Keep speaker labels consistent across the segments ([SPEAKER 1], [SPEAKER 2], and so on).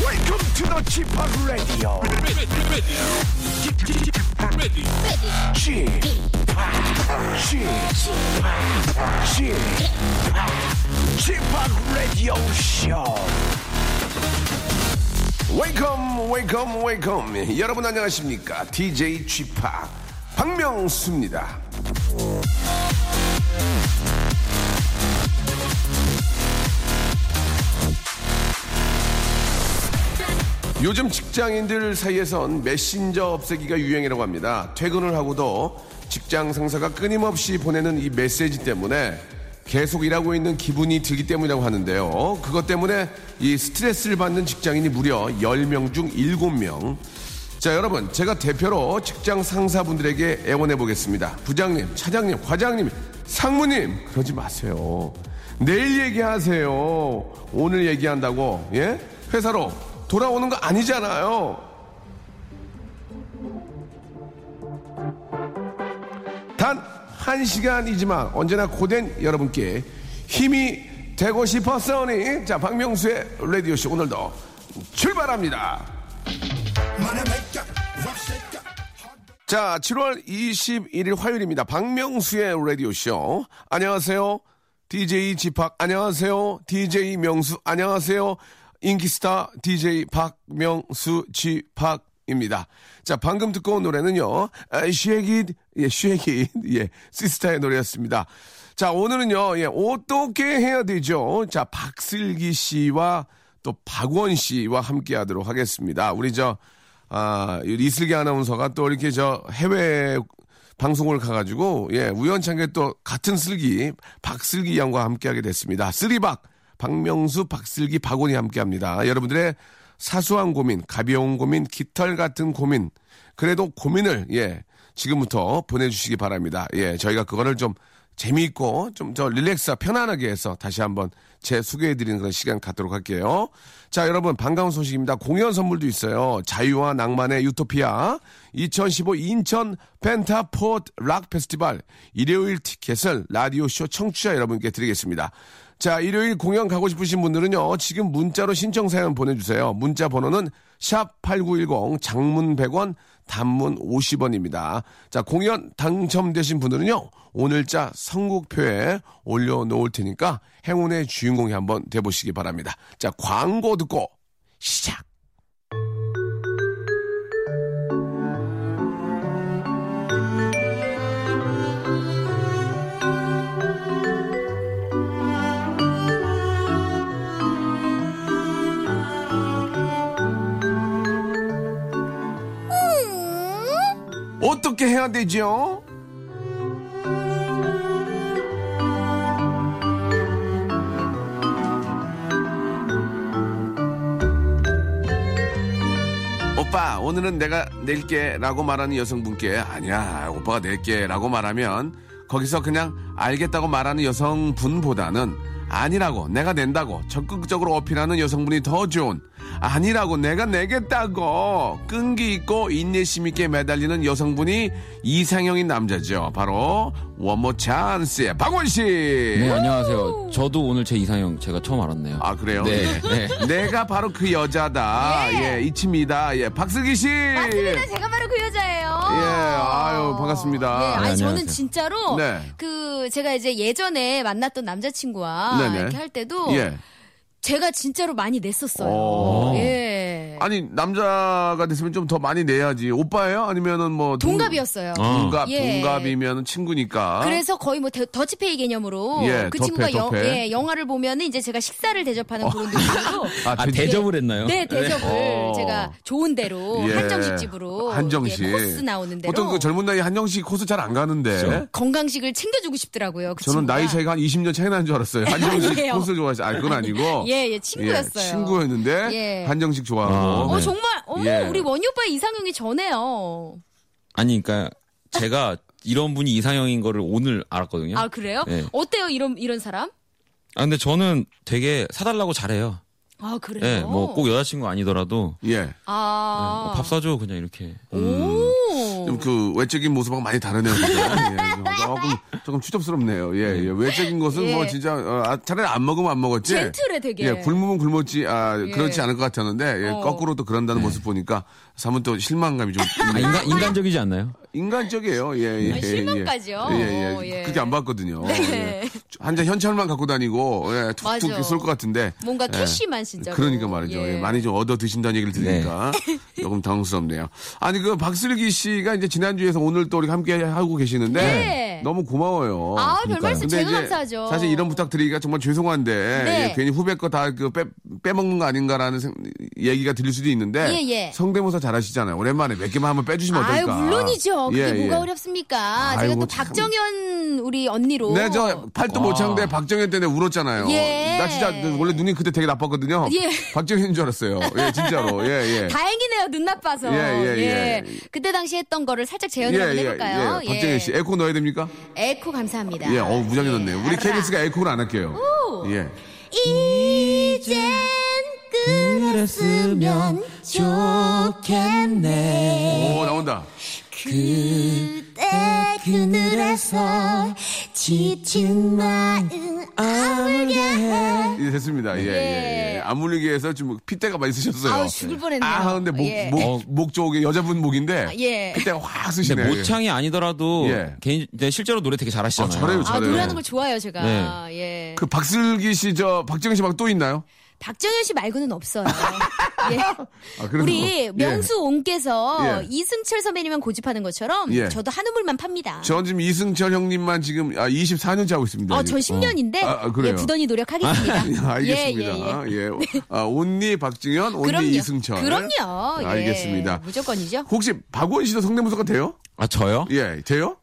[SPEAKER 1] welcome to the Chip Radio. Chip, Chip, Chip, Chip Radio Show. Welcome, welcome, welcome. 여러분 안녕하십니까? DJ Chip 박명수입니다. 요즘 직장인들 사이에선 메신저 없애기가 유행이라고 합니다. 퇴근을 하고도 직장 상사가 끊임없이 보내는 이 메시지 때문에 계속 일하고 있는 기분이 들기 때문이라고 하는데요. 그것 때문에 이 스트레스를 받는 직장인이 무려 10명 중 7명. 자, 여러분, 제가 대표로 직장 상사분들에게 애원해 보겠습니다. 부장님, 차장님, 과장님, 상무님, 그러지 마세요. 내일 얘기하세요. 오늘 얘기한다고, 예? 회사로 돌아오는 거 아니잖아요. 단 한 시간이지만 언제나 고된 여러분께 힘이 되고 싶었으니, 자, 박명수의 라디오쇼 오늘도 출발합니다. 자, 7월 21일 화요일입니다. 박명수의 라디오쇼. 안녕하세요. DJ 지팍. 안녕하세요. DJ 명수. 안녕하세요. 인기스타 DJ 박명수 지팍입니다. 자, 방금 듣고 온 노래는요. 아, 쉐킷, 예, 쉐킷, 예, 시스타의 노래였습니다. 자, 오늘은요, 예, 어떻게 해야 되죠? 자, 박슬기 씨와 또 박원 씨와 함께 하도록 하겠습니다. 우리 저, 아, 이 이슬기 아나운서가 또 이렇게 저 해외 방송을 가가지고, 예, 우연찮게 또 같은 슬기, 박슬기 양과 함께 하게 됐습니다. 쓰리박, 박명수, 박슬기, 박원이 함께 합니다. 여러분들의 사소한 고민, 가벼운 고민, 깃털 같은 고민, 그래도 고민을, 예, 지금부터 보내주시기 바랍니다. 예, 저희가 그거를 좀 재미있고 좀 저 릴렉스 편안하게 해서 다시 한번 재 소개해드리는 그런 시간 갖도록 할게요. 자 여러분 반가운 소식입니다. 공연 선물도 있어요. 자유와 낭만의 유토피아 2015 인천 펜타포트 락 페스티벌 일요일 티켓을 라디오 쇼 청취자 여러분께 드리겠습니다. 자, 일요일 공연 가고 싶으신 분들은요, 지금 문자로 신청 사연 보내주세요. 문자 번호는 샵8910, 장문 100원, 단문 50원입니다. 자, 공연 당첨되신 분들은요, 오늘자 선곡표에 올려놓을 테니까 행운의 주인공이 한번 돼보시기 바랍니다. 자, 광고 듣고 시작! 어떻게 해야 되죠? 오빠 오늘은 내가 낼게 라고 말하는 여성분께 아니야 오빠가 낼게 라고 말하면 거기서 그냥 알겠다고 말하는 여성분보다는 아니라고 내가 낸다고 적극적으로 어필하는 여성분이 더 좋은 아니라고 내가 내겠다고 끈기 있고 인내심 있게 매달리는 여성분이 이상형인 남자죠 바로 원모 찬스의 박원씨
[SPEAKER 2] 네, 안녕하세요. 저도 오늘 제 이상형 제가 처음 알았네요.
[SPEAKER 1] 아 그래요?
[SPEAKER 2] 네, 네.
[SPEAKER 1] 내가 바로 그 여자다. 예, 이치입니다. 예, 박슬기 씨.
[SPEAKER 3] 맞습니다. 제가 바로 그 여자예요.
[SPEAKER 1] 예, 아유, 반갑습니다.
[SPEAKER 3] 네, 아니
[SPEAKER 2] 네,
[SPEAKER 3] 저는
[SPEAKER 2] 안녕하세요.
[SPEAKER 3] 진짜로
[SPEAKER 1] 네.
[SPEAKER 3] 그 제가 이제 예전에 만났던 남자친구와
[SPEAKER 1] 네네.
[SPEAKER 3] 이렇게 할 때도
[SPEAKER 1] 예.
[SPEAKER 3] 제가 진짜로 많이 냈었어요.
[SPEAKER 1] 오.
[SPEAKER 3] 예.
[SPEAKER 1] 아니 남자가 됐으면 좀 더 많이 내야지. 오빠예요? 아니면은 뭐 동-
[SPEAKER 3] 동갑이었어요.
[SPEAKER 1] 동갑
[SPEAKER 3] 예.
[SPEAKER 1] 동갑이면 친구니까.
[SPEAKER 3] 그래서 거의 뭐 더- 더치페이 개념으로
[SPEAKER 1] 예,
[SPEAKER 3] 그
[SPEAKER 1] 더페,
[SPEAKER 3] 친구가 영-
[SPEAKER 1] 더페. 어.
[SPEAKER 3] 예, 영화를 보면은 이제 제가 식사를 대접하는 그런 느낌으로
[SPEAKER 1] 아,
[SPEAKER 2] 아,
[SPEAKER 1] 대-
[SPEAKER 2] 대접을 했나요?
[SPEAKER 3] 네 대접을
[SPEAKER 1] 네.
[SPEAKER 3] 제가 좋은 대로
[SPEAKER 1] 예.
[SPEAKER 3] 한정식 집으로
[SPEAKER 1] 한정식
[SPEAKER 3] 예, 코스 나오는 대로
[SPEAKER 1] 보통 그 젊은 나이 한정식 코스 잘 안 가는데.
[SPEAKER 2] 그렇죠.
[SPEAKER 3] 건강식을 챙겨주고 싶더라고요. 그
[SPEAKER 1] 저는 나이
[SPEAKER 3] 친구가.
[SPEAKER 1] 차이가 한 20년 차이 나는 줄 알았어요. 한정식
[SPEAKER 3] 아니에요.
[SPEAKER 1] 코스 좋아하시, 아, 그건 아니고.
[SPEAKER 3] 예, 예, 친구였어요.
[SPEAKER 1] 친구였는데,
[SPEAKER 3] 예.
[SPEAKER 1] 한정식 좋아하고.
[SPEAKER 3] 어
[SPEAKER 2] 네.
[SPEAKER 3] 정말 어
[SPEAKER 1] 예.
[SPEAKER 3] 우리 원희 오빠의 이상형이 저네요.
[SPEAKER 2] 아니, 그러니까 제가 이런 분이 이상형인 거를 오늘
[SPEAKER 1] 예?
[SPEAKER 2] 알았거든요.
[SPEAKER 3] 아
[SPEAKER 2] 아,
[SPEAKER 3] 그래요?
[SPEAKER 2] 네.
[SPEAKER 3] 어때요 이런 이런 사람?
[SPEAKER 2] 근데 저는 되게 사달라고 잘해요.
[SPEAKER 3] 아 그래요?
[SPEAKER 2] 예, 뭐 꼭 여자친구 아니더라도
[SPEAKER 1] 뭐 예.
[SPEAKER 3] 아.
[SPEAKER 2] 아, 밥 사줘 그냥 이렇게. 네.
[SPEAKER 3] 오.
[SPEAKER 1] 좀 그 외적인 모습하고 많이 다르네요. 그죠? 예, 조금 조금 추접스럽네요. 예, 예. 외적인 것은
[SPEAKER 3] 예.
[SPEAKER 1] 뭐 진짜 어, 아, 차라리 안 먹으면 안 먹었지.
[SPEAKER 3] 젠틀해, 되게.
[SPEAKER 1] 예, 굶으면 굶었지. 아
[SPEAKER 3] 예.
[SPEAKER 1] 그렇지 않을 것 같았는데 예,
[SPEAKER 3] 어.
[SPEAKER 1] 거꾸로 또 그런다는 모습 보니까 사뭇 또 실망감이 좀
[SPEAKER 2] 네. 아, 인간, 인간적이지 않나요?
[SPEAKER 1] 인간적이에요. 예, 예.
[SPEAKER 3] 아,
[SPEAKER 1] 예,
[SPEAKER 3] 실망까지요?
[SPEAKER 1] 예, 예.
[SPEAKER 3] 오, 예.
[SPEAKER 1] 그게 안 봤거든요. 예.
[SPEAKER 3] 네.
[SPEAKER 1] 한자 현찰만 갖고 다니고, 예,
[SPEAKER 3] 맞아. 뭐
[SPEAKER 1] 툭툭 쏠 것 같은데.
[SPEAKER 3] 뭔가
[SPEAKER 1] 예.
[SPEAKER 3] 캐시만 진짜.
[SPEAKER 1] 그러니까 말이죠. 예, 많이 좀 얻어 드신다는 얘기를 들으니까 조금 당황스럽네요. 아니 그 박슬기 씨가 이제 지난주에서 오늘 또 우리 함께 하고 계시는데
[SPEAKER 3] 네.
[SPEAKER 1] 너무 고마워요.
[SPEAKER 3] 아, 별 말씀
[SPEAKER 1] 근데
[SPEAKER 3] 제가
[SPEAKER 1] 이제
[SPEAKER 3] 감사하죠.
[SPEAKER 1] 사실 이런 부탁드리기가 정말 죄송한데
[SPEAKER 3] 네.
[SPEAKER 1] 예, 괜히 후배 거 다 그 빼먹는 거 아닌가라는 생- 얘기가 들릴 수도 있는데
[SPEAKER 3] 예, 예.
[SPEAKER 1] 성대모사 잘하시잖아요. 오랜만에 몇 개만 한번 빼주시면
[SPEAKER 3] 아유
[SPEAKER 1] 어떨까?
[SPEAKER 3] 물론이죠. 그게
[SPEAKER 1] 예, 예.
[SPEAKER 3] 뭐가 어렵습니까? 제가
[SPEAKER 1] 아이고,
[SPEAKER 3] 또
[SPEAKER 1] 참.
[SPEAKER 3] 박정현 우리 언니로.
[SPEAKER 1] 네, 저 팔도 모창대 박정현 때문에 울었잖아요.
[SPEAKER 3] 예.
[SPEAKER 1] 나 진짜 원래 눈이 그때 되게 나빴거든요.
[SPEAKER 3] 예.
[SPEAKER 1] 박정현인 줄 알았어요. 예, 진짜로. 예, 예.
[SPEAKER 3] 다행이네요 눈 나빠서.
[SPEAKER 1] 예, 예, 예.
[SPEAKER 3] 그때 당시 했던 거를 살짝 재현을 한번 해볼까요?
[SPEAKER 1] 예. 박정현 씨, 에코 넣어야 됩니까?
[SPEAKER 3] 에코 감사합니다.
[SPEAKER 1] 예, 어, 무장해 넣네요. 우리
[SPEAKER 3] 알아.
[SPEAKER 1] KBS가 에코를 안 할게요.
[SPEAKER 3] 오.
[SPEAKER 1] 예.
[SPEAKER 3] 이젠 그랬으면 좋겠네.
[SPEAKER 1] 오, 나온다.
[SPEAKER 3] 그대 그늘에서 지친 마음 아물게 해.
[SPEAKER 1] 예, 됐습니다. 예, 예, 예. 안 물리게 해서 좀 핏대가 많이 쓰셨어요.
[SPEAKER 3] 네. 아우, 죽을 뻔했네요.
[SPEAKER 1] 아, 근데 목,
[SPEAKER 3] 예.
[SPEAKER 1] 목,
[SPEAKER 2] 어.
[SPEAKER 1] 목 쪽에 여자분 목인데.
[SPEAKER 3] 예.
[SPEAKER 1] 그때가 확
[SPEAKER 2] 근데
[SPEAKER 1] 쓰시네요.
[SPEAKER 2] 모창이 아니더라도
[SPEAKER 1] 예.
[SPEAKER 2] 개인 근데 실제로 노래 되게 잘하시잖아요.
[SPEAKER 1] 아, 잘해요,
[SPEAKER 3] 아
[SPEAKER 1] 잘해요.
[SPEAKER 3] 노래하는 걸 좋아해요 제가. 예.
[SPEAKER 1] 그 박슬기 씨, 저, 박정현 씨 막 또 있나요?
[SPEAKER 3] 박정현 씨 말고는 없어요. 예.
[SPEAKER 1] 아, 그래도-
[SPEAKER 3] 우리
[SPEAKER 1] 예.
[SPEAKER 3] 명수 옹께서
[SPEAKER 1] 예.
[SPEAKER 3] 이승철 선배님만 고집하는 것처럼
[SPEAKER 1] 예.
[SPEAKER 3] 저도 한우물만 팝니다.
[SPEAKER 1] 전 지금 이승철 형님만 지금 아, 24년째 하고 있습니다.
[SPEAKER 3] 어, 저 10년인데
[SPEAKER 1] 어. 아, 아, 그래요? 아, 예.
[SPEAKER 3] 예, 부단히 노력하겠습니다.
[SPEAKER 1] 알겠습니다. 예, 아, 온니 박증현, 온니
[SPEAKER 3] 그럼요.
[SPEAKER 1] 이승철. 네,
[SPEAKER 3] 그럼요. 예.
[SPEAKER 1] 알겠습니다.
[SPEAKER 3] 무조건이죠.
[SPEAKER 1] 혹시 박원 씨도 성대모사가 돼요?
[SPEAKER 2] 아 저요?
[SPEAKER 1] 예, 돼요?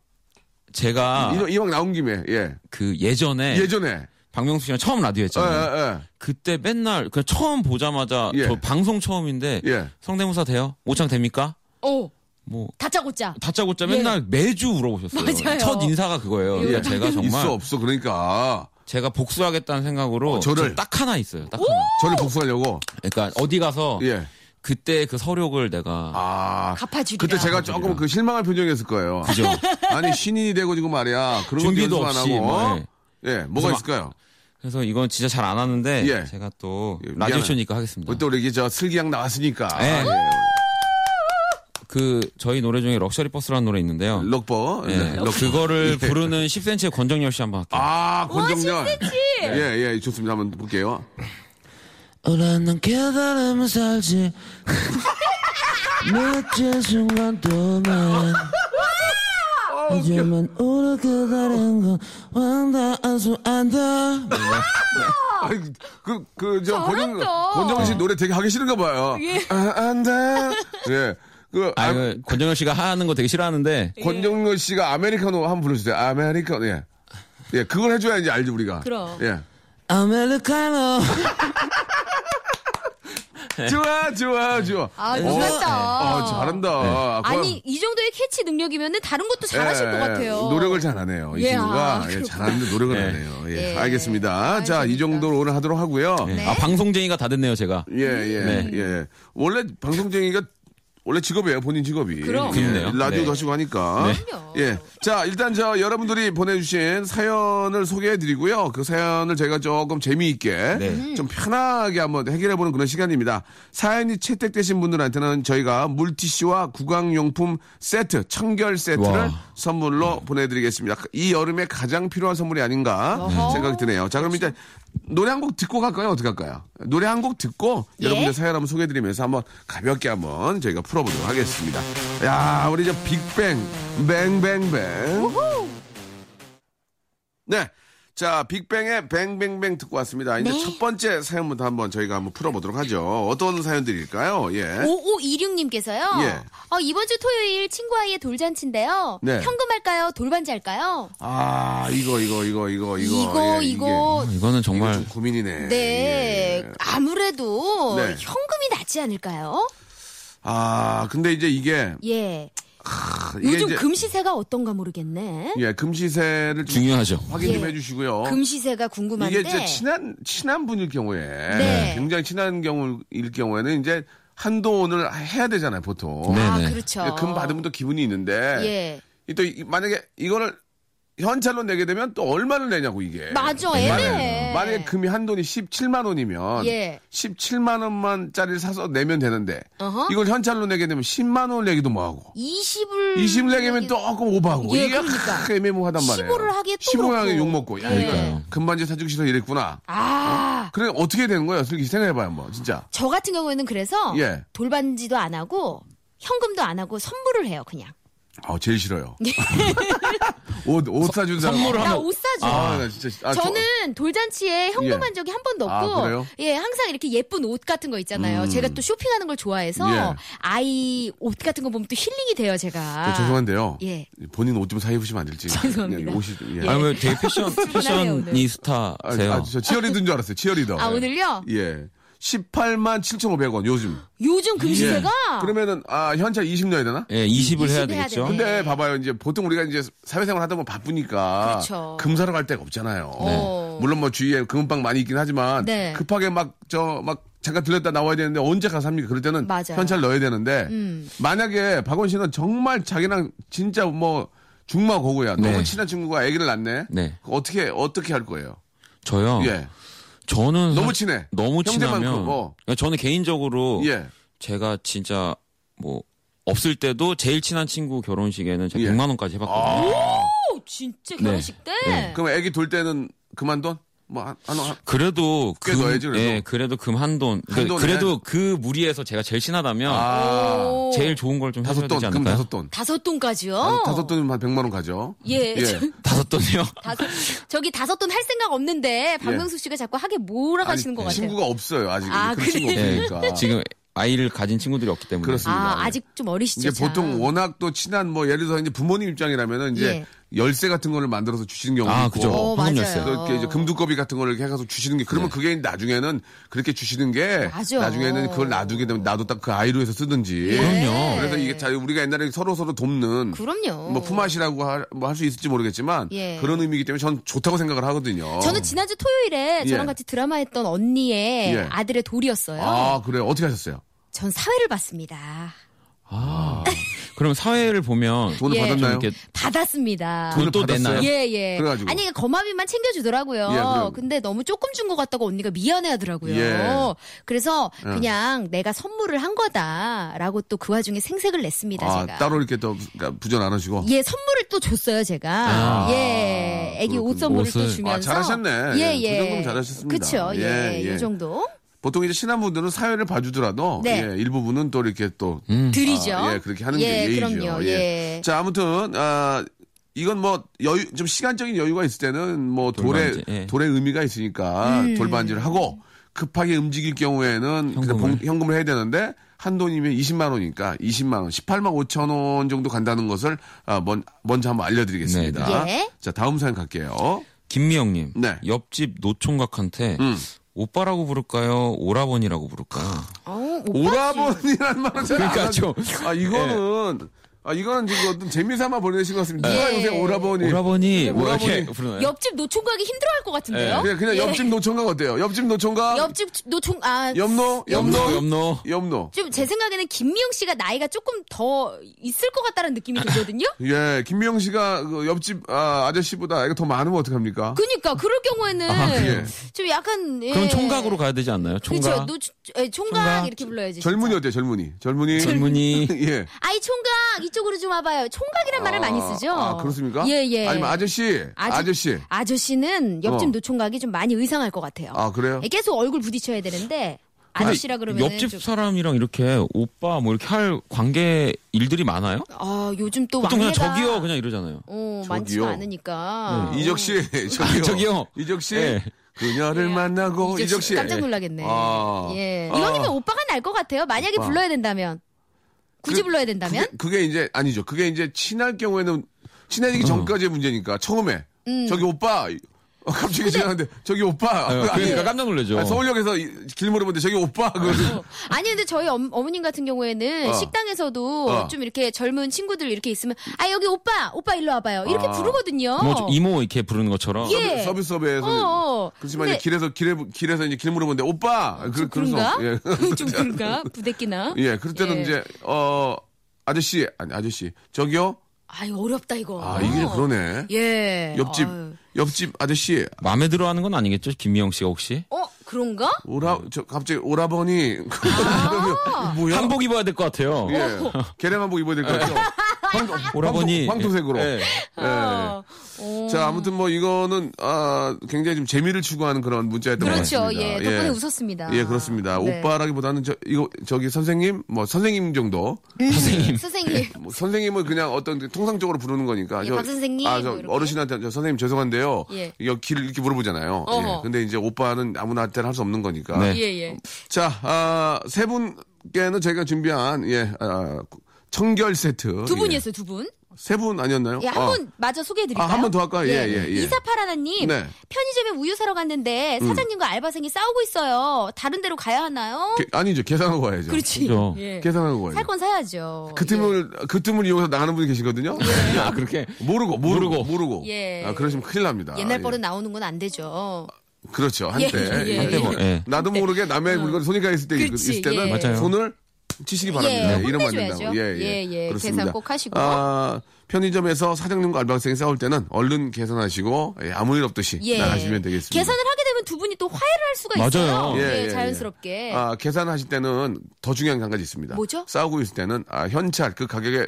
[SPEAKER 2] 제가
[SPEAKER 1] 이왕- 이왕 나온 김에, 예.
[SPEAKER 2] 그 아. 예전에
[SPEAKER 1] 예전에.
[SPEAKER 2] 박명수 씨랑 처음 라디오
[SPEAKER 1] 예,
[SPEAKER 2] 했잖아요.
[SPEAKER 1] 예,
[SPEAKER 2] 그때 맨날 그냥 처음 보자마자
[SPEAKER 1] 예.
[SPEAKER 2] 저 방송 처음인데
[SPEAKER 1] 예.
[SPEAKER 2] 성대모사 돼요? 모창 됩니까?
[SPEAKER 1] 어.
[SPEAKER 3] 오,
[SPEAKER 2] 뭐
[SPEAKER 3] 다짜고짜.
[SPEAKER 2] 다짜고짜 맨날 매주 물어보셨어요.
[SPEAKER 3] 예. 맞아요.
[SPEAKER 2] 첫 인사가
[SPEAKER 1] 예.
[SPEAKER 2] 그거예요. 그러니까 제가 정말
[SPEAKER 1] 있어, 없어. 그러니까.
[SPEAKER 2] 제가 복수하겠다는 생각으로
[SPEAKER 1] 어, 저를.
[SPEAKER 2] 저딱 하나 있어요. 딱 하나.
[SPEAKER 1] 저를 복수하려고.
[SPEAKER 2] 그러니까 어디 가서
[SPEAKER 1] 예.
[SPEAKER 2] 그때 그 서력을 내가
[SPEAKER 1] 아.
[SPEAKER 3] 갚아주리라.
[SPEAKER 1] 그때 제가 조금 그 실망할 표정이었을 거예요.
[SPEAKER 2] 그죠?
[SPEAKER 1] 아니, 신인이 되고 지금 말이야. 그런 것도
[SPEAKER 2] 준비도
[SPEAKER 1] 연습 안
[SPEAKER 2] 없이
[SPEAKER 1] 하고.
[SPEAKER 2] 뭐,
[SPEAKER 1] 어?
[SPEAKER 2] 예.
[SPEAKER 1] 예, 뭐가
[SPEAKER 2] 무슨 막-
[SPEAKER 1] 있을까요?
[SPEAKER 2] 그래서 이건 진짜 잘 안 하는데
[SPEAKER 1] 예.
[SPEAKER 2] 제가 또
[SPEAKER 1] 예, 미안해.
[SPEAKER 2] 라디오쇼니까 하겠습니다.
[SPEAKER 1] 또 우리 저 슬기양 나왔으니까.
[SPEAKER 2] 예.
[SPEAKER 1] 아,
[SPEAKER 2] 그 저희 노래 중에 럭셔리 버스라는 노래 있는데요.
[SPEAKER 1] 럭버.
[SPEAKER 2] 예.
[SPEAKER 1] 네, 럭-
[SPEAKER 2] 그거를 부르는 10cm의 권정열 씨 한번 할게요.
[SPEAKER 1] 아,
[SPEAKER 3] 어,
[SPEAKER 1] 권정열. 예, 예, 좋습니다. 한번 볼게요.
[SPEAKER 4] 오래 난 깨달음 살지 멋진 순간 동안
[SPEAKER 2] 아,
[SPEAKER 4] 요즘은 오래 깨달은 건 왕다 안수 안다
[SPEAKER 1] 아이, 그, 그, 저, 권정,
[SPEAKER 3] 잘한다.
[SPEAKER 1] 권정은 씨 노래 되게 하기 싫은가 봐요. 아, 안 돼. 예. 그, 아,
[SPEAKER 2] 아, 그 권정열 씨가 하는 거 되게 싫어하는데
[SPEAKER 1] 권정열 씨가 아메리카노 한번 불러주세요. 아메리카노, 예. 예, 그걸 해줘야 이제 알지, 우리가.
[SPEAKER 3] 그럼.
[SPEAKER 1] 예.
[SPEAKER 4] 아메리카노
[SPEAKER 1] 좋아, 좋아, 좋아.
[SPEAKER 3] 아,
[SPEAKER 1] 어,
[SPEAKER 3] 좋았다.
[SPEAKER 1] 아, 잘한다. 아, 그건-
[SPEAKER 3] 아니 이 정도의 캐치 능력이면은 다른 것도 잘하실
[SPEAKER 1] 예,
[SPEAKER 3] 것
[SPEAKER 1] 예.
[SPEAKER 3] 같아요.
[SPEAKER 1] 노력을 잘하네요. 이
[SPEAKER 3] 예, 아,
[SPEAKER 1] 친구가. 예,
[SPEAKER 3] 그렇구나.
[SPEAKER 1] 잘하는데 노력을 안 해요. 예,
[SPEAKER 3] 예.
[SPEAKER 1] 알겠습니다.
[SPEAKER 3] 아,
[SPEAKER 1] 자, 이
[SPEAKER 3] 재밌다.
[SPEAKER 1] 정도로 오늘 하도록 하고요.
[SPEAKER 2] 예. 아, 방송쟁이가 다 됐네요 제가.
[SPEAKER 1] 예, 예,
[SPEAKER 2] 음. 네.
[SPEAKER 1] 예. 원래 방송쟁이가 원래 직업이에요, 본인 직업이.
[SPEAKER 3] 그럼.
[SPEAKER 1] 예,
[SPEAKER 2] 그렇네요.
[SPEAKER 1] 라디오도
[SPEAKER 2] 네.
[SPEAKER 1] 하시고 하니까.
[SPEAKER 3] 그럼요.
[SPEAKER 1] 예. 자, 일단 저 여러분들이 보내주신 사연을 소개해드리고요. 그 사연을 제가 조금 재미있게
[SPEAKER 2] 네.
[SPEAKER 1] 좀 편하게 한번 해결해보는 그런 시간입니다. 사연이 채택되신 분들한테는 저희가 물티슈와 구강용품 세트, 청결 세트를
[SPEAKER 2] 와.
[SPEAKER 1] 선물로 보내드리겠습니다. 이 여름에 가장 필요한 선물이 아닌가
[SPEAKER 3] 어허.
[SPEAKER 1] 생각이 드네요. 자, 그럼 일단 노래 한 곡 듣고 갈까요? 어떻게 할까요? 노래 한 곡 듣고
[SPEAKER 3] 예.
[SPEAKER 1] 여러분들 사연 한번 소개해드리면서 한번 가볍게 한번 저희가 풀어보도록 하겠습니다. 야, 우리 저 빅뱅, 뱅뱅뱅. 네. 자, 빅뱅의 뱅뱅뱅 듣고 왔습니다. 이제
[SPEAKER 3] 네.
[SPEAKER 1] 첫 번째 사연부터 한번 저희가 한번 풀어보도록 하죠. 어떤 사연들일까요? 예.
[SPEAKER 3] 5526님께서요.
[SPEAKER 1] 예.
[SPEAKER 3] 어, 이번 주 토요일 친구 아이의 돌잔치인데요.
[SPEAKER 1] 네.
[SPEAKER 3] 현금 할까요? 돌반지 할까요?
[SPEAKER 1] 아, 이거, 이거, 이거, 이거, 이거.
[SPEAKER 3] 이거
[SPEAKER 1] 예, 이게.
[SPEAKER 3] 이거
[SPEAKER 2] 아, 이거는
[SPEAKER 1] 이거
[SPEAKER 2] 정말
[SPEAKER 1] 좀 고민이네.
[SPEAKER 3] 네
[SPEAKER 1] 예.
[SPEAKER 3] 아무래도
[SPEAKER 1] 네.
[SPEAKER 3] 현금이 낫지 않을까요?
[SPEAKER 1] 아, 근데 이제 이게,
[SPEAKER 3] 예
[SPEAKER 1] 크, 아, 이게
[SPEAKER 3] 요즘
[SPEAKER 1] 이제,
[SPEAKER 3] 금시세가 어떤가 모르겠네.
[SPEAKER 1] 예, 금시세를 좀
[SPEAKER 2] 중요하죠.
[SPEAKER 1] 확인 좀
[SPEAKER 3] 예.
[SPEAKER 1] 해주시고요.
[SPEAKER 3] 금시세가 궁금한데
[SPEAKER 1] 이게 이제 친한 친한 분일 경우에
[SPEAKER 3] 네.
[SPEAKER 1] 굉장히 친한 경우일 경우에는 이제 한도원을 해야 되잖아요, 보통.
[SPEAKER 2] 네.
[SPEAKER 3] 아,
[SPEAKER 2] 네네.
[SPEAKER 3] 그렇죠.
[SPEAKER 1] 예, 금 받으면 또 기분이 있는데
[SPEAKER 3] 예.
[SPEAKER 1] 이또 이- 만약에 이거를 현찰로 내게 되면 또 얼마를 내냐고 이게.
[SPEAKER 3] 맞아, 예. 애매해.
[SPEAKER 1] 예. 만약에 금이 한 돈이 17만 원이면
[SPEAKER 3] 예.
[SPEAKER 1] 17만 원만짜리를 사서 내면 되는데
[SPEAKER 3] 어허.
[SPEAKER 1] 이걸 현찰로 내게 되면 10만 원을 내기도 뭐하고
[SPEAKER 3] 20을
[SPEAKER 1] 20을 내기면 조금 오버하고
[SPEAKER 3] 음, 예,
[SPEAKER 1] 이게
[SPEAKER 3] 그러니까.
[SPEAKER 1] 크, 애매모호하단 말이에요.
[SPEAKER 3] 15를 하기에 또
[SPEAKER 1] 15를 하기에
[SPEAKER 3] 그렇고.
[SPEAKER 1] 욕먹고 야
[SPEAKER 3] 예.
[SPEAKER 1] 이거 금반지 사주기 싫어 이랬구나.
[SPEAKER 3] 아.
[SPEAKER 1] 그래 어떻게 되는 거야? 슬기 생각해봐요 뭐 진짜.
[SPEAKER 3] 저 같은 경우에는 그래서
[SPEAKER 1] 예.
[SPEAKER 3] 돌반지도 안 하고 현금도 안 하고 선물을 해요, 그냥.
[SPEAKER 1] 아 제일 싫어요. 옷, 옷 사준 사람.
[SPEAKER 2] 선물을
[SPEAKER 3] 나
[SPEAKER 2] 하면-
[SPEAKER 3] 옷 사줘.
[SPEAKER 1] 아, 나 진짜. 아, 저-
[SPEAKER 3] 예. 저는 돌잔치에 현금한
[SPEAKER 1] 예.
[SPEAKER 3] 적이 한 번도
[SPEAKER 1] 아,
[SPEAKER 3] 없고
[SPEAKER 1] 그래요? 음.
[SPEAKER 3] 예 항상 이렇게 예쁜 옷 같은 거 있잖아요. 제가 또 쇼핑하는 걸 좋아해서
[SPEAKER 1] 예.
[SPEAKER 3] 아이 옷 같은 거 보면 또 힐링이 돼요 제가.
[SPEAKER 1] 네, 죄송한데요.
[SPEAKER 3] 예.
[SPEAKER 1] 본인 옷 좀 사입으시면 안 될지.
[SPEAKER 3] 죄송합니다.
[SPEAKER 1] 예, 옷이 좀. 예.
[SPEAKER 2] 아니 왜 되게 패션
[SPEAKER 3] 출근하네요,
[SPEAKER 2] 패션
[SPEAKER 3] 오늘.
[SPEAKER 1] 아,
[SPEAKER 2] 이스타세요?
[SPEAKER 1] 아, 저 치어리더인 줄 알았어요. 치어리더.
[SPEAKER 3] 아, 오늘요?
[SPEAKER 1] 예. 18만 7,500원 요즘.
[SPEAKER 3] 요즘 금시세가
[SPEAKER 1] 그러면은 아 현찰 20 넣어야 되나?
[SPEAKER 2] 예, 20을 해야
[SPEAKER 3] 20 해야
[SPEAKER 2] 되겠죠.
[SPEAKER 3] 되네.
[SPEAKER 1] 근데 봐봐요. 이제 보통 우리가 이제 사회생활 하다 보면 바쁘니까
[SPEAKER 3] 그렇죠.
[SPEAKER 1] 금사러 갈 데가 없잖아요.
[SPEAKER 3] 네.
[SPEAKER 1] 물론 뭐 주위에 금은방 많이 있긴 하지만
[SPEAKER 3] 네.
[SPEAKER 1] 급하게 막 저 막 잠깐 들렸다 나와야 되는데 언제 가서 합니까? 그럴 때는
[SPEAKER 3] 맞아요. 음.
[SPEAKER 1] 현찰 넣어야 되는데 만약에 박원 씨는 정말 자기랑 진짜 뭐 중마 고고야 너무
[SPEAKER 2] 네.
[SPEAKER 1] 친한 친구가 아기를 낳네.
[SPEAKER 2] 네.
[SPEAKER 1] 그거 어떻게 어떻게 할 거예요?
[SPEAKER 2] 저요.
[SPEAKER 1] 예.
[SPEAKER 2] 저는
[SPEAKER 1] 너무
[SPEAKER 2] 사-
[SPEAKER 1] 친해.
[SPEAKER 2] 너무
[SPEAKER 1] 형제만큼,
[SPEAKER 2] 친하면
[SPEAKER 1] 어.
[SPEAKER 2] 그러니까 저는 개인적으로
[SPEAKER 1] 예.
[SPEAKER 2] 제가 진짜 뭐 없을 때도 제일 친한 친구 결혼식에는 제가
[SPEAKER 1] 예. 아.
[SPEAKER 2] 100만 원까지 해봤거든요.
[SPEAKER 3] 오, 진짜 결혼식 때
[SPEAKER 1] 예. 그럼 아기 돌 때는 그만돈? 뭐한 한, 한-
[SPEAKER 2] 그래도
[SPEAKER 1] 꽤
[SPEAKER 2] 금
[SPEAKER 1] 넣어야지, 그래도.
[SPEAKER 2] 예, 그래도 금 한 돈.
[SPEAKER 1] 한 돈에?
[SPEAKER 2] 그, 래도그 무리에서 제가 제일 친하다면
[SPEAKER 1] 아.
[SPEAKER 3] 오,
[SPEAKER 2] 제일 좋은 걸 좀
[SPEAKER 1] 다섯
[SPEAKER 2] 해줘야
[SPEAKER 1] 돈.
[SPEAKER 2] 되지
[SPEAKER 1] 그럼
[SPEAKER 2] 않을까요?
[SPEAKER 1] 다섯 돈.
[SPEAKER 3] 다섯 돈까지요.
[SPEAKER 1] 다섯, 다섯 돈이면 한 100만 원 가죠.
[SPEAKER 3] 어.
[SPEAKER 1] 예.
[SPEAKER 3] 예.
[SPEAKER 2] 다섯 돈이요?
[SPEAKER 3] 다섯, 저기 다섯 돈 할 생각 없는데 박명수 씨가 자꾸 하게 몰아가시는 것
[SPEAKER 1] 예. 아니,
[SPEAKER 3] 같아요.
[SPEAKER 1] 친구가 없어요 아직
[SPEAKER 3] 아,
[SPEAKER 1] 그
[SPEAKER 3] 그래요?
[SPEAKER 1] 친구
[SPEAKER 2] 예,
[SPEAKER 1] 없으니까.
[SPEAKER 2] 지금 아이를 가진 친구들이 없기 때문에.
[SPEAKER 1] 그렇습니다.
[SPEAKER 3] 아
[SPEAKER 1] 예.
[SPEAKER 3] 아직 좀 어리시죠.
[SPEAKER 1] 이제 보통 워낙 또 친한 뭐 예를 들어서 이제 부모님 입장이라면은 이제 열쇠 같은 거를 만들어서 주시는 경우도
[SPEAKER 2] 아,
[SPEAKER 1] 있고
[SPEAKER 2] 그죠. 네.
[SPEAKER 3] 어,
[SPEAKER 2] 황금
[SPEAKER 3] 예. 맞아요.
[SPEAKER 2] 열쇠.
[SPEAKER 1] 또 이렇게 이제 금두꺼비 같은 거를 이렇게 해서 주시는 게 그러면 그게 나중에는 그렇게 주시는 게
[SPEAKER 3] 맞아. 예.
[SPEAKER 1] 나중에는 그걸 놔두게 되면 나도 딱 그 아이로 해서 쓰든지
[SPEAKER 2] 그럼요.
[SPEAKER 1] 그래서 이게 자 우리가 옛날에 서로 서로 돕는
[SPEAKER 3] 그럼요.
[SPEAKER 1] 뭐 품앗이라고 할 수 있을지 모르겠지만
[SPEAKER 3] 예.
[SPEAKER 1] 그런 의미이기 때문에 전 좋다고 생각을 하거든요.
[SPEAKER 3] 저는 지난주 토요일에
[SPEAKER 1] 예.
[SPEAKER 3] 저랑 같이 드라마 했던 언니의
[SPEAKER 1] 예.
[SPEAKER 3] 아들의 돌이었어요.
[SPEAKER 1] 아 그래 요 어떻게 하셨어요?
[SPEAKER 3] 전 사회를 봤습니다.
[SPEAKER 2] 아. 그럼 사회를 보면
[SPEAKER 1] 돈을
[SPEAKER 3] 예.
[SPEAKER 2] 좀
[SPEAKER 1] 받았나요?
[SPEAKER 2] 이렇게
[SPEAKER 3] 받았습니다.
[SPEAKER 2] 돈을 또
[SPEAKER 1] 받았어요?
[SPEAKER 2] 냈나요?
[SPEAKER 3] 예, 예.
[SPEAKER 1] 그래가지고.
[SPEAKER 3] 아니, 거마비만 챙겨주더라고요.
[SPEAKER 1] 예, 그럼.
[SPEAKER 3] 근데 너무 조금 준 것 같다고 언니가 미안해 하더라고요.
[SPEAKER 1] 예.
[SPEAKER 3] 그래서 그냥 내가 선물을 한 거다라고 또 그 와중에 생색을 냈습니다,
[SPEAKER 1] 아
[SPEAKER 3] 제가.
[SPEAKER 1] 따로 이렇게 또 그러니까 부전 안 하시고
[SPEAKER 3] 예, 선물을 또 줬어요, 제가.
[SPEAKER 2] 아,
[SPEAKER 3] 예. 애기 옷
[SPEAKER 1] 그렇군요.
[SPEAKER 3] 선물을 또
[SPEAKER 2] 옷을.
[SPEAKER 3] 주면서.
[SPEAKER 1] 아, 잘하셨네.
[SPEAKER 3] 예, 예.
[SPEAKER 1] 그 정도면 잘하셨습니다.
[SPEAKER 3] 그쵸, 예.
[SPEAKER 1] 예, 예.
[SPEAKER 3] 이 정도.
[SPEAKER 1] 보통 이제 친한 분들은 사회를 봐주더라도
[SPEAKER 3] 네.
[SPEAKER 1] 예, 일부분은 또 이렇게 또
[SPEAKER 2] 음.
[SPEAKER 3] 드리죠.
[SPEAKER 1] 아, 예, 그렇게 하는 게
[SPEAKER 3] 예,
[SPEAKER 1] 예의죠.
[SPEAKER 3] 그럼요. 예.
[SPEAKER 1] 자, 아무튼 아 이건 뭐 여유 좀 시간적인 여유가 있을 때는 뭐 돌의
[SPEAKER 2] 돌반지, 예.
[SPEAKER 1] 돌의 의미가 있으니까
[SPEAKER 3] 음.
[SPEAKER 1] 돌반지를 하고 급하게 움직일 경우에는 그냥 봉-
[SPEAKER 2] 현금을.
[SPEAKER 1] 현금을 해야 되는데 한 돈이면 20만 원이니까 20만 원, 18만 5천 원 정도 간다는 것을 아, 먼, 먼저 한번 알려드리겠습니다.
[SPEAKER 3] 네, 네. 예.
[SPEAKER 1] 자, 다음 사연 갈게요.
[SPEAKER 2] 김미영님
[SPEAKER 1] 네. 음.
[SPEAKER 2] 옆집 노총각한테 오빠라고 부를까요? 오라버니라고 부를까요?
[SPEAKER 3] 어,
[SPEAKER 1] 오라버니라는 말은 잘안
[SPEAKER 2] 그러니까
[SPEAKER 1] 하죠. 아 이거는 아 이거는 지금 어떤 재미삼아 보내신 것 같습니다. 누가
[SPEAKER 3] 예.
[SPEAKER 1] 요새 오라버니? 네,
[SPEAKER 2] 오라버니 뭐
[SPEAKER 1] 오라버니.
[SPEAKER 2] 이렇게 부르나요?
[SPEAKER 3] 옆집 노총각이 힘들어할 것 같은데요?
[SPEAKER 1] 예, 그냥 그냥 옆집 노총각 어때요? 옆집 노총각?
[SPEAKER 3] 예. 옆집 노총 아
[SPEAKER 1] 염노? 염노?
[SPEAKER 2] 염노
[SPEAKER 1] 염노.
[SPEAKER 3] 좀 제 생각에는 김미영 씨가 나이가 조금 더 있을 것 같다는 느낌이 들거든요.
[SPEAKER 1] 예, 김미영 씨가 그 옆집 아, 아저씨보다 애가 더 많으면 어떡합니까?
[SPEAKER 3] 그러니까 그럴 경우에는
[SPEAKER 1] 예.
[SPEAKER 3] 좀 약간 예.
[SPEAKER 2] 그럼 총각으로 가야 되지 않나요?
[SPEAKER 3] 그렇죠.
[SPEAKER 2] 총각
[SPEAKER 3] 노 예, 총각,
[SPEAKER 2] 총각.
[SPEAKER 3] 이렇게 불러야지. 진짜.
[SPEAKER 1] 젊은이 어때요? 젊은이. 젊은이.
[SPEAKER 2] 젊은이
[SPEAKER 1] 예.
[SPEAKER 3] 아이 총각 이쪽으로 좀 와봐요. 총각이란 말을 많이 쓰죠.
[SPEAKER 1] 아, 그렇습니까?
[SPEAKER 3] 예 예.
[SPEAKER 1] 아니면 아저씨.
[SPEAKER 3] 아저-
[SPEAKER 1] 아저... 씨
[SPEAKER 3] 아저씨는 옆집
[SPEAKER 1] 어.
[SPEAKER 3] 노총각이 좀 많이 의상할 것 같아요. 예,
[SPEAKER 1] 아, 그래요?
[SPEAKER 3] 계속 얼굴 부딪혀야 되는데
[SPEAKER 2] 근데
[SPEAKER 3] 아저씨라 그러면
[SPEAKER 2] 옆집 사람이랑 이렇게 오빠 뭐 이렇게 할 관계 일들이 많아요?
[SPEAKER 3] 아 요즘 또
[SPEAKER 2] 보통
[SPEAKER 3] 왕래가
[SPEAKER 2] 그냥 저기요 그냥 이러잖아요.
[SPEAKER 3] 어,
[SPEAKER 1] 저기요.
[SPEAKER 3] 많지가 않으니까.
[SPEAKER 1] 이적 씨. 저기요.
[SPEAKER 2] 아, 저기요.
[SPEAKER 1] 이적 씨.
[SPEAKER 2] 예.
[SPEAKER 1] 그녀를
[SPEAKER 3] 예.
[SPEAKER 1] 만나고
[SPEAKER 3] 이적
[SPEAKER 1] 어, 이적
[SPEAKER 3] 씨
[SPEAKER 1] 씨.
[SPEAKER 3] 깜짝 놀라겠네.
[SPEAKER 1] 아.
[SPEAKER 3] 예.
[SPEAKER 1] 아.
[SPEAKER 3] 이왕이면 오빠가 날 것 같아요. 만약에
[SPEAKER 1] 오빠.
[SPEAKER 3] 불러야 된다면. 굳이
[SPEAKER 1] 그-
[SPEAKER 3] 불러야 된다면?
[SPEAKER 1] 그게, 그게 이제 아니죠.
[SPEAKER 2] 어.
[SPEAKER 3] 음.
[SPEAKER 1] 그게 이제 친할 경우에는 친해지기 전까지의 문제니까 처음에 저기 오빠 어, 갑자기 지나는데 저기 오빠. 어,
[SPEAKER 2] 아, 그러니까
[SPEAKER 1] 아니,
[SPEAKER 2] 깜짝 놀라죠.
[SPEAKER 1] 아, 서울역에서 이- 길 물어보는데 저기 오빠. 그
[SPEAKER 3] 아니 근데 저희 엄, 어머님 같은 경우에는
[SPEAKER 1] 어.
[SPEAKER 3] 식당에서도
[SPEAKER 1] 어.
[SPEAKER 3] 좀 이렇게 젊은 친구들 이렇게 있으면 아 여기 오빠 오빠 일로 와봐요 이렇게
[SPEAKER 1] 아.
[SPEAKER 3] 부르거든요.
[SPEAKER 2] 뭐좀 이모 이렇게 부르는 것처럼.
[SPEAKER 3] 어. 예.
[SPEAKER 1] 서비스업에서.
[SPEAKER 3] 어, 어.
[SPEAKER 1] 그렇지만
[SPEAKER 3] 근데-
[SPEAKER 1] 이제 길에서 길에 길에서 이제 길 물어보는데 오빠.
[SPEAKER 3] 좀
[SPEAKER 1] 그럴 수
[SPEAKER 3] 그런가?
[SPEAKER 1] 없- 예.
[SPEAKER 3] 좀 그런가? 부대끼나?
[SPEAKER 1] 예, 그럴 때는
[SPEAKER 3] 예.
[SPEAKER 1] 이제 어 아저씨 아니 아저씨 저기요.
[SPEAKER 3] 아유 어렵다 이거.
[SPEAKER 1] 아 이게 그러네.
[SPEAKER 3] 예.
[SPEAKER 1] 옆집
[SPEAKER 3] 아유.
[SPEAKER 1] 옆집 아저씨
[SPEAKER 2] 마음에 들어하는 건 아니겠죠, 김미영 씨가 혹시?
[SPEAKER 3] 어 그런가?
[SPEAKER 1] 오라
[SPEAKER 2] 음.
[SPEAKER 1] 저 갑자기 오라버니
[SPEAKER 3] 아.
[SPEAKER 1] 뭐야?
[SPEAKER 2] 한복 입어야 될 것 같아요.
[SPEAKER 1] 예. 계량 한복 입어야 될 것 같죠. 황-
[SPEAKER 2] 오라버니
[SPEAKER 1] 황토- 황토색으로.
[SPEAKER 2] 예.
[SPEAKER 1] 예.
[SPEAKER 3] 어. 어.
[SPEAKER 1] 자 아무튼 뭐 이거는 아 굉장히 좀 재미를 추구하는 그런 문자였던 것
[SPEAKER 3] 그렇죠.
[SPEAKER 1] 같습니다.
[SPEAKER 3] 예. 덕분에 웃었습니다.
[SPEAKER 1] 예 그렇습니다.
[SPEAKER 3] 네.
[SPEAKER 1] 오빠라기보다는 저 이거 저기 선생님 뭐 선생님 정도
[SPEAKER 2] 선생님.
[SPEAKER 3] 선생님.
[SPEAKER 1] 뭐 선생님을 그냥 어떤 통상적으로 부르는 거니까.
[SPEAKER 3] 예, 박 선생님,
[SPEAKER 1] 아, 저
[SPEAKER 3] 뭐 이렇게.
[SPEAKER 1] 어르신한테 저 선생님 죄송한데요.
[SPEAKER 3] 예.
[SPEAKER 1] 이거 길 이렇게 물어보잖아요.
[SPEAKER 3] 어허.
[SPEAKER 1] 예. 근데 이제 오빠는 아무나한테나 할 수 없는 거니까.
[SPEAKER 2] 네.
[SPEAKER 1] 어,
[SPEAKER 3] 예예.
[SPEAKER 1] 자, 아, 세 분께는 저희가 준비한 예, 아, 청결 세트.
[SPEAKER 3] 두
[SPEAKER 1] 예.
[SPEAKER 3] 분이었어요 두 분.
[SPEAKER 1] 세분 아니었나요?
[SPEAKER 3] 예, 한
[SPEAKER 1] 어.
[SPEAKER 3] 분 마저 소개해드릴까요?
[SPEAKER 1] 아, 한분더 할까요? 예, 예, 예.
[SPEAKER 3] 이사파라나님,
[SPEAKER 1] 네. 음.
[SPEAKER 3] 편의점에 우유 사러 갔는데 사장님과 알바생이 싸우고 있어요. 다른 데로 가야 하나요?
[SPEAKER 1] 게- 아니죠. 계산하고 가야죠.
[SPEAKER 3] 그렇지.
[SPEAKER 2] 그죠.
[SPEAKER 3] 예.
[SPEAKER 1] 계산하고 가야죠.
[SPEAKER 3] 살 건 사야죠. 예.
[SPEAKER 1] 그 틈을 그 틈을 이용해서 나가는 분이 계시거든요.
[SPEAKER 2] 아, 그렇게.
[SPEAKER 1] 모르고 모르고
[SPEAKER 2] 모르고.
[SPEAKER 1] 모르고.
[SPEAKER 3] 예.
[SPEAKER 1] 아, 그러시면 큰일 납니다.
[SPEAKER 3] 예. 옛날
[SPEAKER 1] 예.
[SPEAKER 3] 버릇 나오는 건 안 되죠.
[SPEAKER 1] 그렇죠. 한때.
[SPEAKER 3] 예, 예, 어.
[SPEAKER 2] 한때 뭐, 예.
[SPEAKER 1] 나도 모르게 남의 물건 손이 가 있을 때
[SPEAKER 3] 그렇지,
[SPEAKER 1] 있을 때는
[SPEAKER 3] 예.
[SPEAKER 2] 맞아요.
[SPEAKER 1] 손을 치시기 바랍니다.
[SPEAKER 3] 예,
[SPEAKER 1] 이러면 안
[SPEAKER 3] 혼내줘야죠.
[SPEAKER 1] 된다고. 예, 예.
[SPEAKER 3] 예, 예.
[SPEAKER 1] 그렇습니다.
[SPEAKER 3] 계산 꼭 하시고.
[SPEAKER 1] 아, 편의점에서 사장님과 알바생이 싸울 때는 얼른 계산하시고 예, 아무 일 없듯이
[SPEAKER 3] 예.
[SPEAKER 1] 나가시면 되겠습니다.
[SPEAKER 3] 계산을 하게 되면 두 분이 또 화해를 할 수가 있어요.
[SPEAKER 2] 맞아요.
[SPEAKER 1] 예, 예, 예.
[SPEAKER 3] 자연스럽게.
[SPEAKER 1] 아, 계산하실 때는 더 중요한 게 한 가지 있습니다.
[SPEAKER 3] 뭐죠?
[SPEAKER 1] 싸우고 있을 때는 아, 현찰 그 가격에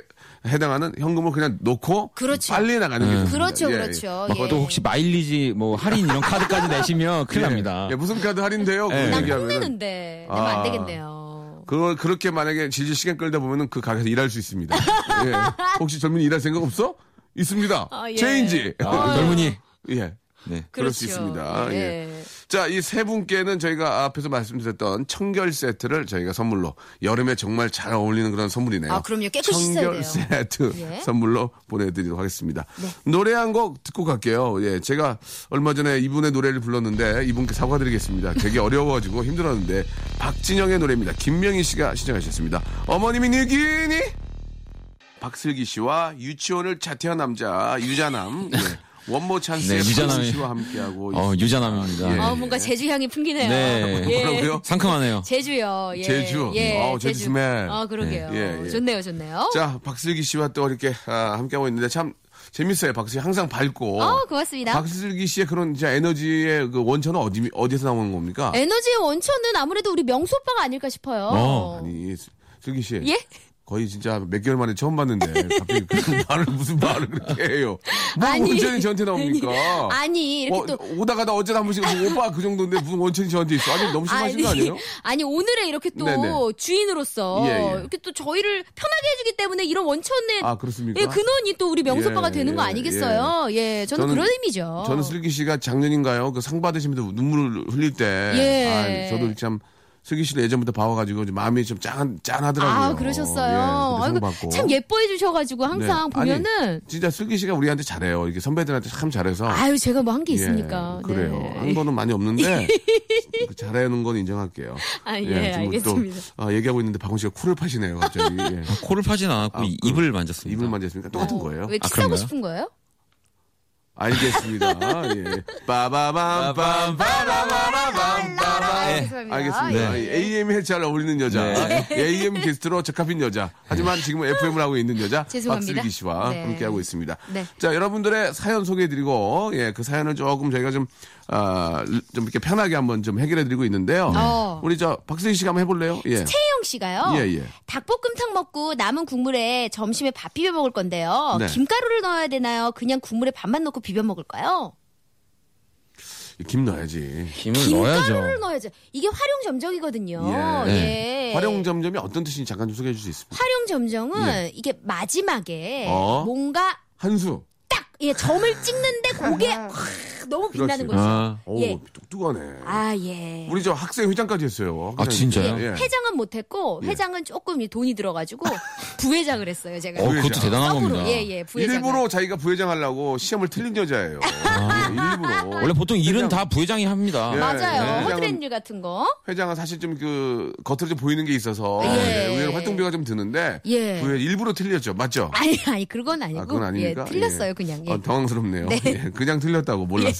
[SPEAKER 1] 해당하는 현금을 그냥 놓고
[SPEAKER 3] 그렇죠.
[SPEAKER 1] 빨리 나가는
[SPEAKER 2] 음.
[SPEAKER 1] 게 좋습니다.
[SPEAKER 3] 그렇죠,
[SPEAKER 1] 예, 예.
[SPEAKER 3] 그렇죠.
[SPEAKER 2] 막 그것도
[SPEAKER 3] 예.
[SPEAKER 2] 혹시 마일리지 뭐 할인 이런 카드까지 내시면 큰일 납니다.
[SPEAKER 1] 예, 무슨 카드 할인데요?
[SPEAKER 2] 예.
[SPEAKER 1] 그런
[SPEAKER 3] 난
[SPEAKER 1] 얘기하면은
[SPEAKER 3] 혼내는데 내면
[SPEAKER 1] 아.
[SPEAKER 3] 안 되겠네요.
[SPEAKER 1] 그걸 그렇게 만약에 질질 시간 끌다 보면은 그 가게에서 일할 수 있습니다. 예. 혹시 젊은이 일할 생각 없어? 있습니다.
[SPEAKER 3] 아, 예.
[SPEAKER 1] 체인지.
[SPEAKER 2] 아, 젊은이.
[SPEAKER 1] 예.
[SPEAKER 2] 네.
[SPEAKER 1] 그럴 수 있습니다.
[SPEAKER 3] 예.
[SPEAKER 1] 예. 자, 이 세 분께는 저희가 앞에서 말씀드렸던 청결 세트를 저희가 선물로 여름에 정말 잘 어울리는 그런 선물이네요.
[SPEAKER 3] 아, 그럼요. 깨끗이 씻어야
[SPEAKER 1] 청결
[SPEAKER 3] 돼요.
[SPEAKER 1] 세트
[SPEAKER 3] 예. 네.
[SPEAKER 1] 선물로 보내드리도록 하겠습니다. 노래 한 곡 듣고 갈게요. 예, 제가 얼마 전에 이분의 노래를 불렀는데 이분께 사과드리겠습니다. 되게 어려워가지고 힘들었는데 박진영의 노래입니다. 김명희 씨가 신청하셨습니다. 어머님이 느끼니? 박슬기 씨와 유치원을 자퇴한 남자 유자남 예. 원모 찬스의
[SPEAKER 2] 네, 유자남이-
[SPEAKER 1] 박슬기 씨와 함께하고
[SPEAKER 2] 어,
[SPEAKER 1] 뭐 있습니다.
[SPEAKER 2] 유자남입니다.
[SPEAKER 1] 예.
[SPEAKER 3] 아, 뭔가 제주 향이 풍기네요.
[SPEAKER 2] 네.
[SPEAKER 3] 예.
[SPEAKER 1] 뭐라고요?
[SPEAKER 2] 상큼하네요.
[SPEAKER 3] 제주요. 예.
[SPEAKER 1] 제주. 음.
[SPEAKER 3] 예.
[SPEAKER 1] 아우, 제주 스멜.
[SPEAKER 3] 아, 그러게요.
[SPEAKER 1] 예, 예.
[SPEAKER 3] 좋네요, 좋네요.
[SPEAKER 1] 자, 박슬기 씨와 또 이렇게 아, 함께하고 있는데 참 재밌어요. 박슬기 항상 밝고.
[SPEAKER 3] 아, 고맙습니다.
[SPEAKER 1] 어. 박슬기 씨의 그런 진짜 에너지의 그 원천은 어디 어디서 나오는 겁니까?
[SPEAKER 3] 에너지의 원천은 아무래도 우리 명수 오빠가 아닐까 싶어요.
[SPEAKER 2] 어,
[SPEAKER 1] 아니 슬기 씨.
[SPEAKER 3] 예?
[SPEAKER 1] 거의 진짜 몇 개월 만에 처음 봤는데 갑자기 그런 말을 무슨 말을 그렇게 해요. 무슨
[SPEAKER 3] 아니.
[SPEAKER 1] 원천이 뭐 저한테 나옵니까?
[SPEAKER 3] 아니, 이렇게
[SPEAKER 1] 어,
[SPEAKER 3] 또.
[SPEAKER 1] 오다 가다 어쩌다 한 번씩 오빠 그 정도인데 무슨 원천이 저한테 있어? 아니 너무 심하신 거 아니에요?
[SPEAKER 3] 아니, 오늘의 이렇게 또
[SPEAKER 1] 네네.
[SPEAKER 3] 주인으로서
[SPEAKER 1] 예, 예.
[SPEAKER 3] 이렇게 또 저희를 편하게 해주기 때문에 이런 원천의
[SPEAKER 1] 아, 그렇습니까?
[SPEAKER 3] 예, 근원이 또 우리 명수
[SPEAKER 1] 예,
[SPEAKER 3] 오빠가 되는 거
[SPEAKER 1] 예,
[SPEAKER 3] 아니겠어요? 예, 저는,
[SPEAKER 1] 저는-
[SPEAKER 3] 그런 의미죠.
[SPEAKER 1] 저는 슬기 씨가 작년인가요? 그 상 받으시면서 눈물을 흘릴 때. 아,
[SPEAKER 3] 예.
[SPEAKER 1] 저도 참 슬기 씨를 예전부터 봐와가지고 좀 마음이 좀 짠, 짠하더라고요.
[SPEAKER 3] 아, 그러셨어요.
[SPEAKER 1] 예, 그때 상
[SPEAKER 3] 아이고,
[SPEAKER 1] 받고.
[SPEAKER 3] 참 예뻐해 주셔가지고 항상
[SPEAKER 1] 네. 아니,
[SPEAKER 3] 보면은
[SPEAKER 1] 진짜 슬기 씨가 우리한테 잘해요. 이렇게 선배들한테 참 잘해서.
[SPEAKER 3] 아유, 제가 뭐 한 게
[SPEAKER 1] 예,
[SPEAKER 3] 있습니까? 네.
[SPEAKER 1] 그래요. 한 거는 많이 없는데 그 잘하는 건 인정할게요.
[SPEAKER 3] 아, 예,
[SPEAKER 1] 지금
[SPEAKER 3] 알겠습니다.
[SPEAKER 1] 또, 아, 얘기하고 있는데 박원 씨가 코를 파시네요, 갑자기. 예.
[SPEAKER 2] 코를 파진 않았고
[SPEAKER 1] 아,
[SPEAKER 2] 이-
[SPEAKER 1] 그-
[SPEAKER 2] 입을 만졌습니다.
[SPEAKER 1] 입을 만졌으니까 똑같은
[SPEAKER 3] 어,
[SPEAKER 1] 거예요.
[SPEAKER 3] 왜
[SPEAKER 2] 아,
[SPEAKER 3] 키스하고
[SPEAKER 2] 그런가요?
[SPEAKER 3] 싶은 거예요?
[SPEAKER 1] 알겠습니다. 예. 빠바밤밤 빠바바밤 빠바.
[SPEAKER 3] 아, 죄송합니다.
[SPEAKER 1] 알겠습니다. 예,
[SPEAKER 2] 네.
[SPEAKER 1] AM에 잘 어울리는 여자. AM 게스트로 적합인 여자. 하지만 지금은 FM을 하고 있는 여자.
[SPEAKER 3] 죄송합니다.
[SPEAKER 1] 박슬기 씨와
[SPEAKER 3] 네.
[SPEAKER 1] 함께하고 있습니다.
[SPEAKER 3] 네.
[SPEAKER 1] 자, 여러분들의 사연 소개해드리고, 예, 그 사연을 조금 저희가 좀, 아, 좀 이렇게 편하게 한번 좀 해결해드리고 있는데요.
[SPEAKER 3] 어.
[SPEAKER 1] 우리 저 박슬기 씨가 한번 해볼래요? 예.
[SPEAKER 3] 최혜영 씨가요.
[SPEAKER 1] 예, 예.
[SPEAKER 3] 닭볶음탕 먹고 남은 국물에 점심에 밥 비벼 먹을 건데요.
[SPEAKER 1] 네.
[SPEAKER 3] 김가루를 넣어야 되나요? 그냥 국물에 밥만 넣고 비벼 먹을까요?
[SPEAKER 1] 김 음, 넣어야지.
[SPEAKER 2] 김을
[SPEAKER 3] 김가루를
[SPEAKER 2] 넣어야죠.
[SPEAKER 3] 넣어야지. 이게 활용 점정이거든요.
[SPEAKER 1] 예.
[SPEAKER 3] 예.
[SPEAKER 1] 활용 점점이 어떤 뜻인지 잠깐 좀 소개해 줄 수 있습니까?
[SPEAKER 3] 활용 점정은 이게 마지막에
[SPEAKER 1] 어?
[SPEAKER 3] 뭔가
[SPEAKER 1] 한수.
[SPEAKER 3] 딱 예, 점을 찍는데 고개 확 너무 빛나는
[SPEAKER 1] 그렇지.
[SPEAKER 3] 거죠.
[SPEAKER 2] 아.
[SPEAKER 1] 오,
[SPEAKER 3] 예.
[SPEAKER 1] 똑똑하네.
[SPEAKER 3] 아 예.
[SPEAKER 1] 우리 저 학생 회장까지 했어요.
[SPEAKER 2] 아,
[SPEAKER 1] 학생 회장.
[SPEAKER 2] 진짜요?
[SPEAKER 1] 예.
[SPEAKER 3] 회장은 못했고 회장은 조금 이 돈이 들어가지고 부회장을 했어요 제가.
[SPEAKER 2] 어, 그것도 대단한
[SPEAKER 3] 거꾸로,
[SPEAKER 2] 겁니다.
[SPEAKER 3] 예, 예, 부회장.
[SPEAKER 1] 일부러 자기가 부회장 하려고 시험을 틀린 여자예요.
[SPEAKER 2] 아.
[SPEAKER 1] 예, 일부러.
[SPEAKER 2] 원래 보통 일은 다 부회장이 합니다.
[SPEAKER 1] 예.
[SPEAKER 3] 맞아요.
[SPEAKER 1] 네.
[SPEAKER 3] 허드렛일 같은 거.
[SPEAKER 1] 회장은 사실 좀 그 겉으로 좀 보이는 게 있어서
[SPEAKER 3] 예.
[SPEAKER 1] 예, 의외로 활동비가 좀 드는데
[SPEAKER 3] 예.
[SPEAKER 1] 그 일부러 틀렸죠, 맞죠?
[SPEAKER 3] 아니, 아니, 그건 아니고.
[SPEAKER 1] 아, 그건 아닙니까?
[SPEAKER 3] 예, 틀렸어요,
[SPEAKER 1] 예.
[SPEAKER 3] 그냥. 예.
[SPEAKER 1] 아, 당황스럽네요. 예, 그냥 틀렸다고 몰라서.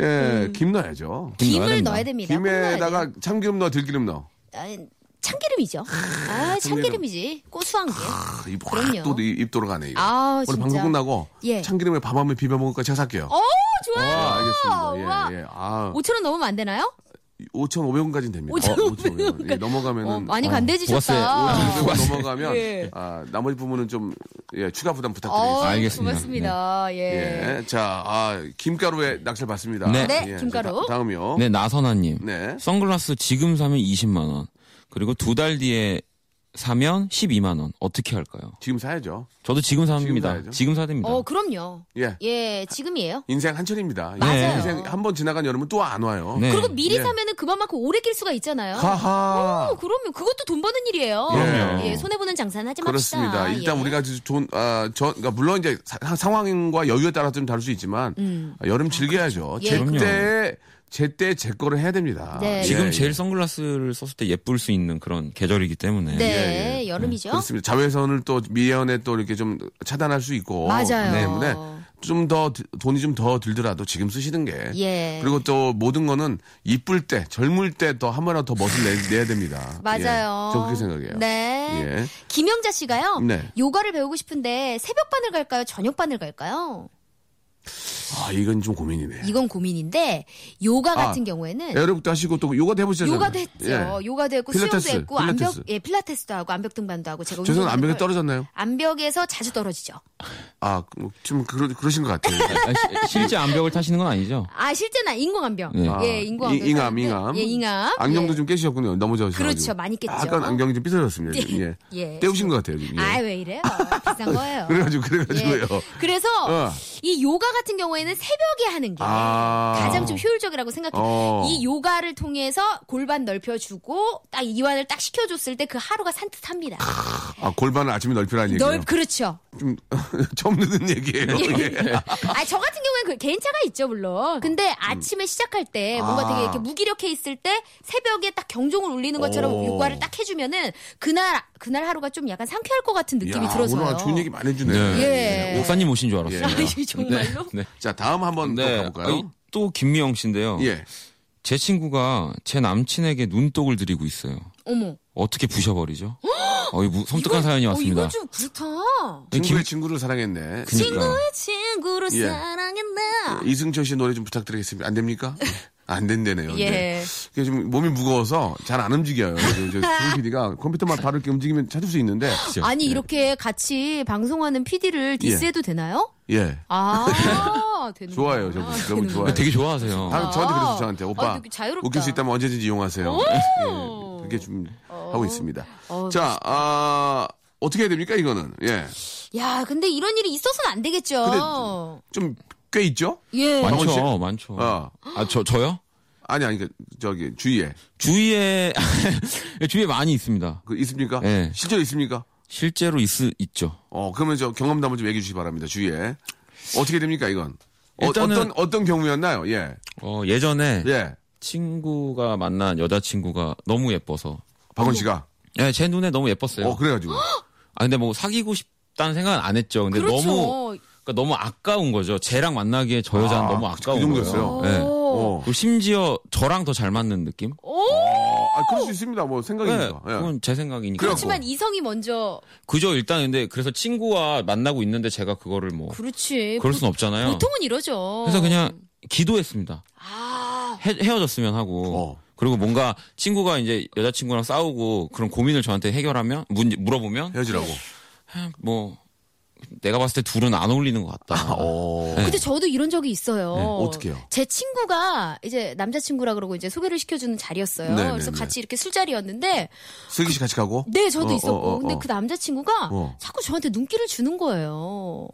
[SPEAKER 1] 예, 김 넣어야죠.
[SPEAKER 2] 김 넣어야
[SPEAKER 3] 음. 김을
[SPEAKER 2] 된다.
[SPEAKER 3] 넣어야 됩니다. 꼭 넣어야 돼요.
[SPEAKER 1] 김에다가 참기름 넣어, 들기름 넣어.
[SPEAKER 3] 아, 참기름이죠. 아, 참기름이지. 고소한 게.
[SPEAKER 1] 아, 입,
[SPEAKER 3] 그럼요.
[SPEAKER 1] 또입 돌아가네, 이거.
[SPEAKER 3] 아,
[SPEAKER 1] 오늘
[SPEAKER 3] 진짜.
[SPEAKER 1] 방송 끝나고
[SPEAKER 3] 예. 어!
[SPEAKER 1] 참기름에 밥 한 번 비벼 먹을까 제가 살게요.
[SPEAKER 3] 오, 좋아요.
[SPEAKER 1] 알겠습니다.
[SPEAKER 3] 와.
[SPEAKER 1] 예, 예. 아,
[SPEAKER 3] 5천 원 넘으면 안 되나요?
[SPEAKER 1] 5,500원까지는 됩니다. 5,500원. 예, 넘어가면은
[SPEAKER 3] 어, 많이
[SPEAKER 2] 어,
[SPEAKER 3] 간대지셨다.
[SPEAKER 2] 고맙어요.
[SPEAKER 1] 5,500원 넘어가면
[SPEAKER 3] 예.
[SPEAKER 1] 아, 나머지 부분은 좀 예, 추가 부담
[SPEAKER 3] 어,
[SPEAKER 1] 부탁드리겠습니다.
[SPEAKER 2] 알겠습니다. 네.
[SPEAKER 3] 고맙습니다. 예.
[SPEAKER 1] 예. 자, 아, 김가루에 낚시를 받습니다.
[SPEAKER 2] 네.
[SPEAKER 3] 네,
[SPEAKER 1] 예,
[SPEAKER 3] 김가루.
[SPEAKER 1] 자, 다, 음이요
[SPEAKER 2] 네, 나선아님.
[SPEAKER 1] 네.
[SPEAKER 2] 선글라스 지금 사면 20만 원. 그리고 두 달 뒤에 사면 12만 원. 어떻게 할까요?
[SPEAKER 1] 지금 사야죠.
[SPEAKER 2] 저도 지금
[SPEAKER 1] 지금
[SPEAKER 2] 삽니다.
[SPEAKER 1] 사야죠.
[SPEAKER 2] 지금, 사야 됩니다.
[SPEAKER 3] 어, 그럼요.
[SPEAKER 1] 예.
[SPEAKER 3] 예, 지금이에요.
[SPEAKER 1] 인생 한철입니다. 예.
[SPEAKER 2] 맞아요.
[SPEAKER 1] 인생 한 번 지나간 여름은 또 안 와요.
[SPEAKER 2] 네.
[SPEAKER 3] 그리고 미리
[SPEAKER 1] 예.
[SPEAKER 3] 사면은 그만큼 오래 낄 수가 있잖아요.
[SPEAKER 1] 하하.
[SPEAKER 3] 어, 그럼요. 그것도 돈 버는 일이에요.
[SPEAKER 1] 그럼요.
[SPEAKER 3] 예, 손해보는 장사는 하지 맙시다.
[SPEAKER 1] 그렇습니다. 일단
[SPEAKER 3] 예.
[SPEAKER 1] 우리가 아주 좋은, 아, 저, 그러니까 물론 이제 사- 상황과 여유에 따라 좀 다를 수 있지만, 아, 여름 즐겨야죠.
[SPEAKER 3] 예.
[SPEAKER 1] 제
[SPEAKER 2] 음. 그럼요.
[SPEAKER 1] 때에, 제때에 제 거를 해야 됩니다.
[SPEAKER 3] 네.
[SPEAKER 2] 지금
[SPEAKER 1] 예,
[SPEAKER 2] 제일
[SPEAKER 1] 예.
[SPEAKER 2] 선글라스를 썼을 때 예쁠 수 있는 그런 계절이기 때문에.
[SPEAKER 3] 네, 여름이죠.
[SPEAKER 1] 예, 그렇습니다. 자외선을 또 미연에 또 이렇게 좀 차단할 수 있고.
[SPEAKER 3] 맞아요.
[SPEAKER 1] 네, 때문에 좀 더 돈이 좀 더 들더라도 지금 쓰시는 게.
[SPEAKER 3] 예.
[SPEAKER 1] 그리고 또 모든 거는 이쁠 때, 젊을 때 더 한 번이라도 더 멋을 내, 내야 됩니다.
[SPEAKER 3] 맞아요.
[SPEAKER 1] 예, 저 그렇게 생각해요.
[SPEAKER 3] 네.
[SPEAKER 1] 예.
[SPEAKER 3] 김영자 씨가요.
[SPEAKER 1] 네.
[SPEAKER 3] 요가를 배우고 싶은데 새벽반을 갈까요? 저녁반을 갈까요?
[SPEAKER 1] 아, 이건 좀 고민이네.
[SPEAKER 3] 이건 고민인데 요가
[SPEAKER 1] 아,
[SPEAKER 3] 같은 경우에는
[SPEAKER 1] 에어로빅도 하시고 또 요가도 예. 해보셨잖아요.
[SPEAKER 3] 요가도 했죠. 요가도 했고
[SPEAKER 1] 필라테스,
[SPEAKER 3] 수영도 했고
[SPEAKER 1] 필라테스.
[SPEAKER 3] 암벽 예 필라테스도 하고 암벽 등반도 하고 제가
[SPEAKER 1] 죄송한
[SPEAKER 3] 운동하는
[SPEAKER 1] 안벽에
[SPEAKER 3] 걸-
[SPEAKER 1] 떨어졌나요?
[SPEAKER 3] 암벽에서 자주 떨어지죠.
[SPEAKER 1] 아, 뭐, 좀 그러, 그러신 것 같아요.
[SPEAKER 2] 아, 시- 실제 암벽을 타시는 건 아니죠?
[SPEAKER 3] 아 실제는 인공 암벽.
[SPEAKER 2] 네.
[SPEAKER 1] 아,
[SPEAKER 3] 예, 인공 암벽.
[SPEAKER 1] 이- 잉암, 잉암.
[SPEAKER 3] 예, 잉암.
[SPEAKER 1] 안경도
[SPEAKER 3] 예.
[SPEAKER 1] 좀 깨지셨군요. 넘어져서.
[SPEAKER 3] 그렇죠, 많이 깼죠.
[SPEAKER 1] 약간 안경이 좀 삐뚤어졌습니다. 예.
[SPEAKER 3] 예.
[SPEAKER 1] 때우신 것 같아요. 지금. 예.
[SPEAKER 3] 아왜 이래요? 비싼 거예요.
[SPEAKER 1] 그래가지고,
[SPEAKER 3] 예.
[SPEAKER 1] 그래가지고요.
[SPEAKER 3] 그래서
[SPEAKER 1] 어.
[SPEAKER 3] 이 요가 같은 경우에는 새벽에 하는 게
[SPEAKER 1] 아.
[SPEAKER 3] 가장 좀 효율적이라고 생각해요.
[SPEAKER 1] 어.
[SPEAKER 3] 이 요가를 통해서 골반 넓혀주고 딱 이완을 딱 시켜줬을 때 그 하루가 산뜻합니다.
[SPEAKER 1] 아, 골반을 아침에 넓히라는 얘기예요.
[SPEAKER 3] 넓 그렇죠.
[SPEAKER 1] 좀 처음 듣는 얘기예요. 예.
[SPEAKER 3] 아 저 같은 경우에는 그 개인차가 있죠 물론. 근데 아침에 시작할 때 뭔가
[SPEAKER 1] 음. 아.
[SPEAKER 3] 되게 이렇게 무기력해 있을 때 새벽에 딱 경종을 울리는 것처럼
[SPEAKER 1] 오.
[SPEAKER 3] 요가를 딱 해주면은 그날 그날 하루가 좀 약간 상쾌할 것 같은 느낌이
[SPEAKER 1] 야,
[SPEAKER 3] 들어서요.
[SPEAKER 1] 오늘 좋은 얘기 많이 해주네.
[SPEAKER 3] 예.
[SPEAKER 2] 목사님 오신 줄 알았어요.
[SPEAKER 3] 아, 정말로?
[SPEAKER 2] 네.
[SPEAKER 1] 자, 다음 한번 또
[SPEAKER 2] 네. 어.
[SPEAKER 1] 가볼까요?
[SPEAKER 2] 아, 또 김미영 씨인데요.
[SPEAKER 1] 예.
[SPEAKER 2] 제 친구가 제 남친에게 눈독을 들이고 있어요.
[SPEAKER 3] 어머.
[SPEAKER 2] 어떻게 부셔버리죠? 어, 이 무- 섬뜩한
[SPEAKER 3] 이건-
[SPEAKER 2] 사연이
[SPEAKER 3] 어,
[SPEAKER 2] 왔습니다.
[SPEAKER 3] 이건 좀 그렇다.
[SPEAKER 2] 이
[SPEAKER 1] 친구의 친구를 사랑했네.
[SPEAKER 2] 그- 그러니까.
[SPEAKER 3] 친구의 친구로
[SPEAKER 1] 예.
[SPEAKER 3] 사랑했나.
[SPEAKER 1] 이승철 씨 노래 좀 부탁드리겠습니다. 안 됩니까? 안 된다네요.
[SPEAKER 3] 예.
[SPEAKER 1] 네. 이게 지금 몸이 무거워서 잘 안 움직여요. 그래서 저 PD가 컴퓨터만 바로 이렇게 움직이면 찾을 수 있는데.
[SPEAKER 3] 아니
[SPEAKER 1] 예.
[SPEAKER 3] 이렇게 같이 방송하는 PD를 디스해도 되나요?
[SPEAKER 1] 예.
[SPEAKER 3] 아, 되는
[SPEAKER 1] 좋아요, 저분. 너무 좋아요.
[SPEAKER 2] 되게 좋아하세요.
[SPEAKER 1] 다- 저한테 그래서 저한테
[SPEAKER 3] 아,
[SPEAKER 1] 오빠
[SPEAKER 3] 되게 자유롭다.
[SPEAKER 1] 웃길 수 있다면 언제든지 이용하세요. 예, 그렇게 좀
[SPEAKER 3] 어.
[SPEAKER 1] 하고 있습니다. 자, 아, 어떻게 해야 됩니까 이거는? 예,
[SPEAKER 3] 야, 근데 이런 일이 있어서는 안 되겠죠.
[SPEAKER 1] 좀 꽤 있죠?
[SPEAKER 3] 예.
[SPEAKER 1] 완-
[SPEAKER 2] 많죠,
[SPEAKER 1] 씨?
[SPEAKER 2] 많죠.
[SPEAKER 1] 어.
[SPEAKER 2] 아, 저, 저요?
[SPEAKER 1] 아니 아니 그 저기 주위에
[SPEAKER 2] 주위에, 주위에 많이 있습니다.
[SPEAKER 1] 그 있습니까?
[SPEAKER 2] 예.
[SPEAKER 1] 실제로 있습니까?
[SPEAKER 2] 실제로 있, 있죠.
[SPEAKER 1] 어, 그러면 저 경험담을 좀 얘기해 주시기 바랍니다. 주위에 어떻게 됩니까 이건? 어,
[SPEAKER 2] 일단은-
[SPEAKER 1] 어떤 어떤 경우였나요? 예,
[SPEAKER 2] 어, 예전에
[SPEAKER 1] 예,
[SPEAKER 2] 친구가 만난 여자친구가 너무 예뻐서.
[SPEAKER 1] 박원 씨가
[SPEAKER 2] 예, 제 눈에 너무 예뻤어요.
[SPEAKER 1] 어 그래가지고
[SPEAKER 2] 아, 근데 뭐 사귀고 싶다는 생각은 안 했죠. 근데
[SPEAKER 3] 그렇죠.
[SPEAKER 2] 너무, 그러니까 너무 아까운 거죠. 쟤랑 만나기에 저 여자는
[SPEAKER 1] 아,
[SPEAKER 2] 너무 아까운
[SPEAKER 1] 그 정도였어요?
[SPEAKER 2] 거예요.
[SPEAKER 3] 오.
[SPEAKER 2] 예.
[SPEAKER 1] 어,
[SPEAKER 2] 그리고 심지어 저랑 더 잘 맞는 느낌?
[SPEAKER 1] 아, 그럴 수 있습니다. 뭐
[SPEAKER 2] 네,
[SPEAKER 1] 생각이니까. 예.
[SPEAKER 2] 그건 제 생각이니까.
[SPEAKER 3] 어, 그렇지만 이성이 먼저
[SPEAKER 2] 그죠 일단 근데 그래서 친구와 만나고 있는데 제가 그거를 뭐
[SPEAKER 3] 그렇지.
[SPEAKER 2] 그럴 순 없잖아요.
[SPEAKER 3] 보통은 어. 이러죠.
[SPEAKER 2] 그래서 그냥 기도했습니다.
[SPEAKER 3] 아,
[SPEAKER 2] 헤, 어졌으면 하고
[SPEAKER 1] 어.
[SPEAKER 2] 그리고 뭔가 친구가 이제 여자친구랑 싸우고 그런 고민을 저한테 해결하면 문, 물어보면
[SPEAKER 1] 헤어지라고.
[SPEAKER 2] 아, 뭐 내가 봤을 때 둘은 안 어울리는 것 같다.
[SPEAKER 1] 어.
[SPEAKER 2] 네.
[SPEAKER 3] 근데 저도 이런 적이 있어요.
[SPEAKER 1] 어떡해요?
[SPEAKER 3] 제 친구가 이제 남자친구라 그러고 이제 소개를 시켜주는 자리였어요.
[SPEAKER 1] 네네네.
[SPEAKER 3] 그래서 같이 이렇게 술자리였는데,
[SPEAKER 1] 슬기 씨 같이 가고?
[SPEAKER 3] 네, 저도
[SPEAKER 1] 어,
[SPEAKER 3] 있었고.
[SPEAKER 1] 어, 어,
[SPEAKER 3] 근데
[SPEAKER 1] 어.
[SPEAKER 3] 그 남자친구가
[SPEAKER 1] 어.
[SPEAKER 3] 자꾸 저한테 눈길을 주는 거예요.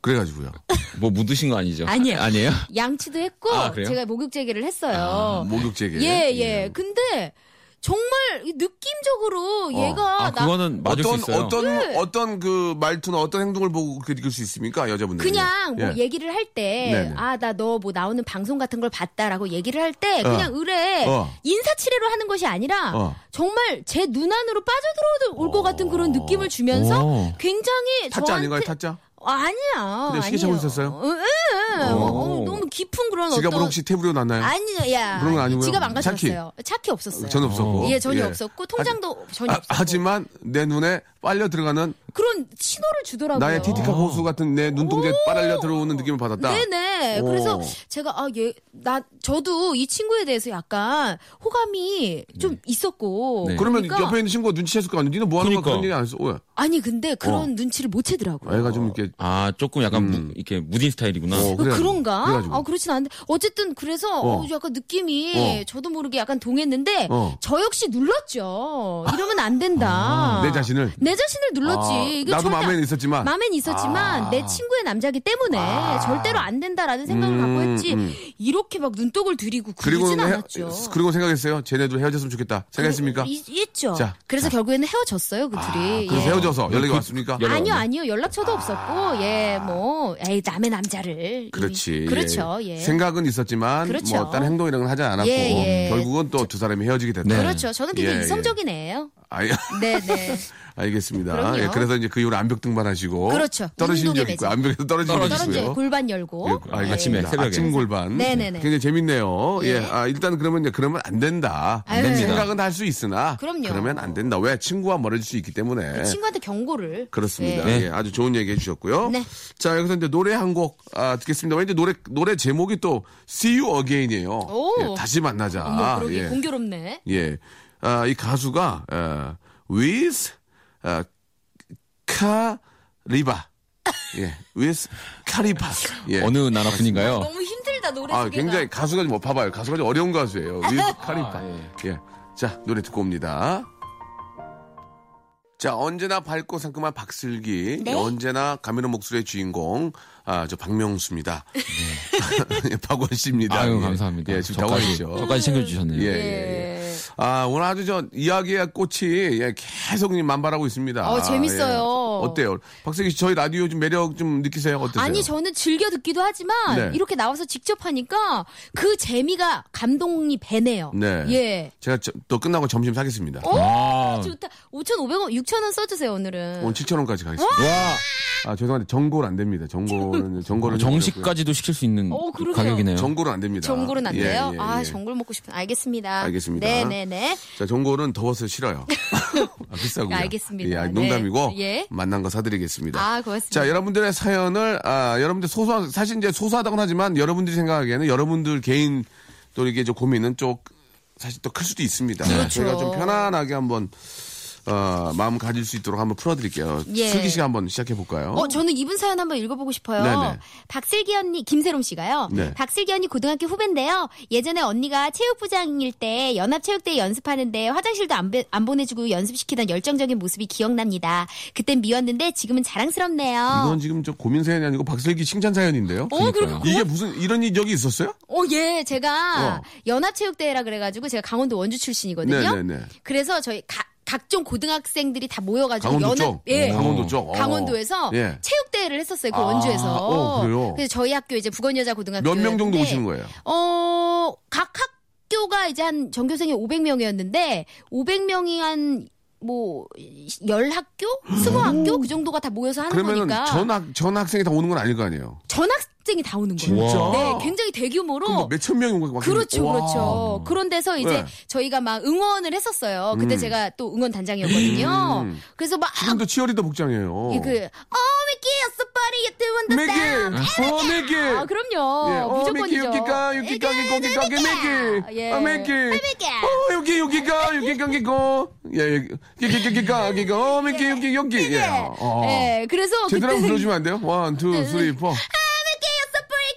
[SPEAKER 1] 그래가지고요.
[SPEAKER 3] 어.
[SPEAKER 2] 뭐 묻으신 거 아니죠?
[SPEAKER 3] 아니에요.
[SPEAKER 2] 아니에요?
[SPEAKER 3] 양치도 했고
[SPEAKER 2] 아, 그래요? 아,
[SPEAKER 3] 제가 목욕 재개를 했어요.
[SPEAKER 1] 목욕제게.
[SPEAKER 3] 예, 예. 근데 정말 이 느낌적으로 얘가
[SPEAKER 2] 아,
[SPEAKER 3] 어, 나
[SPEAKER 2] 그거는 맞을
[SPEAKER 1] 어떤
[SPEAKER 2] 수 있어요.
[SPEAKER 1] 어떤
[SPEAKER 3] 네.
[SPEAKER 1] 어떤 그 말투나 어떤 행동을 보고 그렇게 느낄 수 있습니까 여자분들?
[SPEAKER 3] 그냥 뭐 얘기를 할 때
[SPEAKER 1] 예. 네네.
[SPEAKER 3] 아 나 너 뭐 나오는 방송 같은 걸 봤다라고 얘기를 할 때 그냥 의뢰
[SPEAKER 1] 어.
[SPEAKER 3] 인사치레로 하는 것이 아니라
[SPEAKER 1] 어.
[SPEAKER 3] 정말 제 눈 안으로 빠져들어올 것 같은 그런 느낌을 주면서
[SPEAKER 2] 오.
[SPEAKER 3] 굉장히
[SPEAKER 1] 타짜
[SPEAKER 3] 저한테
[SPEAKER 1] 아닌가요 타짜?
[SPEAKER 3] 아, 아니야.
[SPEAKER 1] 근데 시계 차고
[SPEAKER 3] 아니에요.
[SPEAKER 1] 있었어요?
[SPEAKER 3] 응, 응.
[SPEAKER 2] 오.
[SPEAKER 3] 어, 너무 깊은 그런
[SPEAKER 1] 지갑으로
[SPEAKER 3] 어떤
[SPEAKER 1] 혹시 테이블에 놨나요?
[SPEAKER 3] 아니요, 야.
[SPEAKER 1] 그런 건 아니고요.
[SPEAKER 3] 지갑 안
[SPEAKER 1] 차키.
[SPEAKER 3] 가져갔어요. 차키, 없었어요.
[SPEAKER 1] 전혀 없었고.
[SPEAKER 3] 예, 전혀 없었고 통장도 전혀
[SPEAKER 1] 아,
[SPEAKER 3] 없었고.
[SPEAKER 1] 하지만 내 눈에 빨려 들어가는
[SPEAKER 3] 그런 신호를 주더라고요.
[SPEAKER 1] 나의
[SPEAKER 2] 아.
[SPEAKER 1] 티티카 호수 같은 내 눈동자에 빨려 들어오는 느낌을 받았다.
[SPEAKER 3] 네네.
[SPEAKER 1] 오.
[SPEAKER 3] 그래서 제가 아 얘 나 저도 이 친구에 대해서 약간 호감이 좀 있었고.
[SPEAKER 2] 네.
[SPEAKER 1] 예. 그러면
[SPEAKER 3] 그러니까-
[SPEAKER 1] 옆에 있는 친구가 눈치챘을 거 아니에요? 니는 뭐 하는 거야?
[SPEAKER 2] 그러니까.
[SPEAKER 1] 그런 얘기 안 했어. 왜?
[SPEAKER 3] 아니 근데 그런 눈치를 못 채더라고요.
[SPEAKER 1] 어. 애가 좀 이렇게
[SPEAKER 2] 아 조금 약간 무- 이렇게 무딘 스타일이구나.
[SPEAKER 1] 음. 어,
[SPEAKER 3] 어,
[SPEAKER 1] 그래가지고,
[SPEAKER 3] 그런가?
[SPEAKER 1] 그래가지고.
[SPEAKER 3] 아, 그렇진 않은데. 어쨌든 그래서
[SPEAKER 1] 어.
[SPEAKER 3] 어, 약간 느낌이
[SPEAKER 1] 어.
[SPEAKER 3] 저도 모르게 약간 동했는데
[SPEAKER 1] 어.
[SPEAKER 3] 저 역시 눌렀죠. 이러면 안 된다.
[SPEAKER 1] 아, 내 자신을?
[SPEAKER 3] 내 자신을 눌렀지.
[SPEAKER 1] 아,
[SPEAKER 3] 이게
[SPEAKER 1] 나도
[SPEAKER 3] 절대
[SPEAKER 1] 마음에는
[SPEAKER 3] 안-
[SPEAKER 1] 있었지만
[SPEAKER 3] 맘엔 있었지만
[SPEAKER 1] 아.
[SPEAKER 3] 내 친구의 남자기 때문에 절대로 안 된다라는 생각을 갖고
[SPEAKER 1] 음,
[SPEAKER 3] 했지
[SPEAKER 1] 음.
[SPEAKER 3] 이렇게 막 눈독을 들이고 그러진
[SPEAKER 1] 그리고는 헤-
[SPEAKER 3] 않았죠.
[SPEAKER 1] 그리고 생각했어요. 쟤네들 헤어졌으면 좋겠다. 생각했습니까?
[SPEAKER 3] 이- 있죠.
[SPEAKER 1] 자, 아,
[SPEAKER 3] 그래서 결국에는 헤어졌어요, 그 둘이.
[SPEAKER 1] 그래서
[SPEAKER 3] 예.
[SPEAKER 1] 헤어져서 연락이
[SPEAKER 2] 그-
[SPEAKER 1] 왔습니까?
[SPEAKER 2] 연락-
[SPEAKER 3] 아니요, 아니요. 연락처도 없었고, 예, 뭐, 에이, 남의 남자를.
[SPEAKER 1] 그렇지.
[SPEAKER 3] 이- 그렇죠, 예.
[SPEAKER 1] 생각은 있었지만
[SPEAKER 3] 그렇죠.
[SPEAKER 1] 뭐 다른 행동이랑은 하지 않았고
[SPEAKER 3] 예, 예.
[SPEAKER 1] 결국은 또 두 사람이 헤어지게 됐다.
[SPEAKER 3] 그렇죠. 저는 굉장히
[SPEAKER 1] 예, 예.
[SPEAKER 3] 이성적인 애예요.
[SPEAKER 1] 아이,
[SPEAKER 3] 네, 네.
[SPEAKER 1] 알겠습니다.
[SPEAKER 3] 그럼요.
[SPEAKER 1] 예, 그래서 이제 그 이후로 암벽 등반하시고
[SPEAKER 3] 그렇죠.
[SPEAKER 1] 떨어진 적
[SPEAKER 3] 운동의
[SPEAKER 1] 있고
[SPEAKER 3] 매직.
[SPEAKER 1] 암벽에서 떨어진 적
[SPEAKER 2] 떨어지고요.
[SPEAKER 3] 떨어져
[SPEAKER 1] 있고요.
[SPEAKER 3] 골반 열고.
[SPEAKER 1] 예, 알겠습니다.
[SPEAKER 2] 아침에, 새벽에.
[SPEAKER 1] 아침 골반.
[SPEAKER 3] 네네네.
[SPEAKER 1] 굉장히 재밌네요. 예.
[SPEAKER 3] 예.
[SPEAKER 1] 아, 일단 그러면 이제 그러면 안 된다.
[SPEAKER 3] 안 됩니다.
[SPEAKER 1] 생각은 할 수 있으나
[SPEAKER 3] 그럼요.
[SPEAKER 1] 그러면 안 된다. 왜 친구와 멀어질 수 있기 때문에.
[SPEAKER 3] 친구한테 경고를.
[SPEAKER 1] 예. 그렇습니다.
[SPEAKER 2] 예.
[SPEAKER 1] 예, 아주 좋은 얘기 해주셨고요.
[SPEAKER 3] 네.
[SPEAKER 1] 자, 여기서 이제 노래 한 곡 아, 듣겠습니다. 왠지 노래, 노래 제목이 또 See You Again이에요.
[SPEAKER 3] 오.
[SPEAKER 1] 예, 다시 만나자.
[SPEAKER 3] 어머, 뭐 그러게
[SPEAKER 1] 예.
[SPEAKER 3] 공교롭네.
[SPEAKER 1] 예. 아, 이 가수가, 어, with, 어, 카리바. 예, with 카리바. 예.
[SPEAKER 2] 어느 나라 분인가요?
[SPEAKER 3] 너무 힘들다 노래
[SPEAKER 1] 아,
[SPEAKER 3] 소개가.
[SPEAKER 1] 굉장히 가수가 좀, 봐봐요. 가수가 좀 어려운 가수예요. with 카리바. 예. 자, 노래 듣고 옵니다. 자, 언제나 밝고 상큼한 박슬기.
[SPEAKER 3] 네.
[SPEAKER 1] 예, 언제나 가면은 목소리의 주인공. 아, 저 박명수입니다. 예, 박원 씨입니다.
[SPEAKER 2] 아유
[SPEAKER 1] 예.
[SPEAKER 2] 감사합니다.
[SPEAKER 1] 예, 지금
[SPEAKER 2] 저까지
[SPEAKER 1] 당황했죠.
[SPEAKER 2] 저까지 챙겨주셨네요.
[SPEAKER 1] 예,
[SPEAKER 3] 예.
[SPEAKER 1] 예, 예. 아, 오늘 아주 저 이야기의 꽃이 예, 계속 만발하고 있습니다.
[SPEAKER 3] 어, 재밌어요.
[SPEAKER 1] 예. 어때요? 박세기 씨, 저희 라디오 좀 매력 좀 느끼세요? 어떠세요?
[SPEAKER 3] 아니 저는 즐겨 듣기도 하지만
[SPEAKER 1] 네.
[SPEAKER 3] 이렇게 나와서 직접 하니까 그 재미가 감동이 배네요.
[SPEAKER 1] 네.
[SPEAKER 3] 예.
[SPEAKER 1] 제가 저- 또 끝나고 점심 사겠습니다.
[SPEAKER 3] 오,
[SPEAKER 2] 와.
[SPEAKER 3] 좋다. 5,500원, 6,000원 써주세요 오늘은.
[SPEAKER 1] 어. 오늘 7,000원까지 가겠습니다.
[SPEAKER 2] 와.
[SPEAKER 1] 아, 죄송한데 정골 안 됩니다. 정골은, 정골은.
[SPEAKER 2] 아, 정식까지도 시킬 수 있는
[SPEAKER 3] 어, 그러게요.
[SPEAKER 2] 가격이네요.
[SPEAKER 1] 아, 정골은 안 됩니다.
[SPEAKER 3] 전골은 안
[SPEAKER 1] 예,
[SPEAKER 3] 돼요?
[SPEAKER 1] 예,
[SPEAKER 3] 아
[SPEAKER 1] 예.
[SPEAKER 3] 전골 먹고 싶다. 알겠습니다.
[SPEAKER 1] 알겠습니다.
[SPEAKER 3] 네네네.
[SPEAKER 1] 자, 정골은 더워서 싫어요. 아, 비싸고요.
[SPEAKER 3] 알겠습니다.
[SPEAKER 1] 예, 아,
[SPEAKER 3] 네.
[SPEAKER 1] 농담이고
[SPEAKER 3] 예.
[SPEAKER 1] 만난 거 사드리겠습니다.
[SPEAKER 3] 아 고맙습니다.
[SPEAKER 1] 자, 여러분들의 사연을, 아, 여러분들 소소한, 사실 이제 소소하다곤 하지만 여러분들이 생각하기에는 여러분들 개인 또 이게 좀 고민은 좀 사실 또 클 수도 있습니다.
[SPEAKER 3] 그렇죠.
[SPEAKER 1] 저희가 좀 편안하게 한번, 어, 마음 가질 수 있도록 한번 풀어드릴게요.
[SPEAKER 3] 예.
[SPEAKER 1] 슬기 씨가 한번 시작해볼까요?
[SPEAKER 3] 어, 저는 이분 사연 한번 읽어보고 싶어요.
[SPEAKER 1] 네네.
[SPEAKER 3] 박슬기 언니, 김세롬 씨가요.
[SPEAKER 1] 네.
[SPEAKER 3] 박슬기 언니 고등학교 후배인데요. 예전에 언니가 체육부장일 때 연합체육대회 연습하는데 화장실도 안, 배- 안 보내주고 연습시키던 열정적인 모습이 기억납니다. 그땐 미웠는데 지금은 자랑스럽네요.
[SPEAKER 1] 이건 지금 저 고민 사연이 아니고 박슬기 칭찬 사연인데요?
[SPEAKER 3] 어, 그리고
[SPEAKER 1] 이게 무슨, 이런 적이 있었어요?
[SPEAKER 3] 어, 예, 제가
[SPEAKER 1] 어.
[SPEAKER 3] 연합체육대회라 그래가지고 제가 강원도 원주 출신이거든요.
[SPEAKER 1] 네네네.
[SPEAKER 3] 그래서 저희 가- 각종 고등학생들이 다 모여가지고
[SPEAKER 1] 강원도
[SPEAKER 3] 연합,
[SPEAKER 1] 쪽?
[SPEAKER 3] 예,
[SPEAKER 1] 강원도 쪽? 어.
[SPEAKER 3] 강원도에서
[SPEAKER 1] 예.
[SPEAKER 3] 체육대회를 했었어요. 그
[SPEAKER 1] 아,
[SPEAKER 3] 원주에서.
[SPEAKER 1] 어, 그래요?
[SPEAKER 3] 서 저희 학교 이제 북원여자고등학교.
[SPEAKER 1] 몇 명
[SPEAKER 3] 네.
[SPEAKER 1] 정도 오시는 거예요?
[SPEAKER 3] 어, 각 학교가 이제 한 전교생이 500명이었는데 500명이 한 뭐 열학교, 스무 학교 그 정도가 다 모여서 하는
[SPEAKER 1] 음. 그러면은
[SPEAKER 3] 거니까
[SPEAKER 1] 전, 학, 전 학생이 다 오는 건 아닐 거 아니에요?
[SPEAKER 3] 전학생이 다 오는 거예요.
[SPEAKER 2] 진짜?
[SPEAKER 3] 네, 굉장히 대규모로
[SPEAKER 1] 그럼 뭐 몇천 명이 온거
[SPEAKER 3] 그렇죠, 그렇죠. 그런데서 이제
[SPEAKER 1] 네.
[SPEAKER 3] 저희가 막 응원을 했었어요. 그때
[SPEAKER 1] 음.
[SPEAKER 3] 제가 또 응원 단장이었거든요.
[SPEAKER 1] 음.
[SPEAKER 3] 그래서 막
[SPEAKER 1] 지금도 치어리더 복장이에요.
[SPEAKER 3] 이 그, 어, 미키, somebody, you do
[SPEAKER 1] 맥이!
[SPEAKER 3] understand.
[SPEAKER 1] 어, 맥이!
[SPEAKER 3] 아, 그럼요.
[SPEAKER 1] 예, 어,
[SPEAKER 3] 무조건이죠.
[SPEAKER 1] 맥이, 여기가, 여기가, 여기가, 여기가, 맥이!
[SPEAKER 3] 예.
[SPEAKER 1] 아, 맥이!
[SPEAKER 3] 맥이!
[SPEAKER 1] 어, 여기, 여기가, 여기가, 여기가. 예, 여기, 여기, 여기가, 여기가. 어, 맥이, 여기,
[SPEAKER 3] 네,
[SPEAKER 1] 여기. 예. 어.
[SPEAKER 3] 예, 그래서
[SPEAKER 1] 제대로 한번
[SPEAKER 3] 그때는 네.
[SPEAKER 1] 불러주면 안 돼요? 원, 투, 쓰리, 포.
[SPEAKER 3] 아, 미키,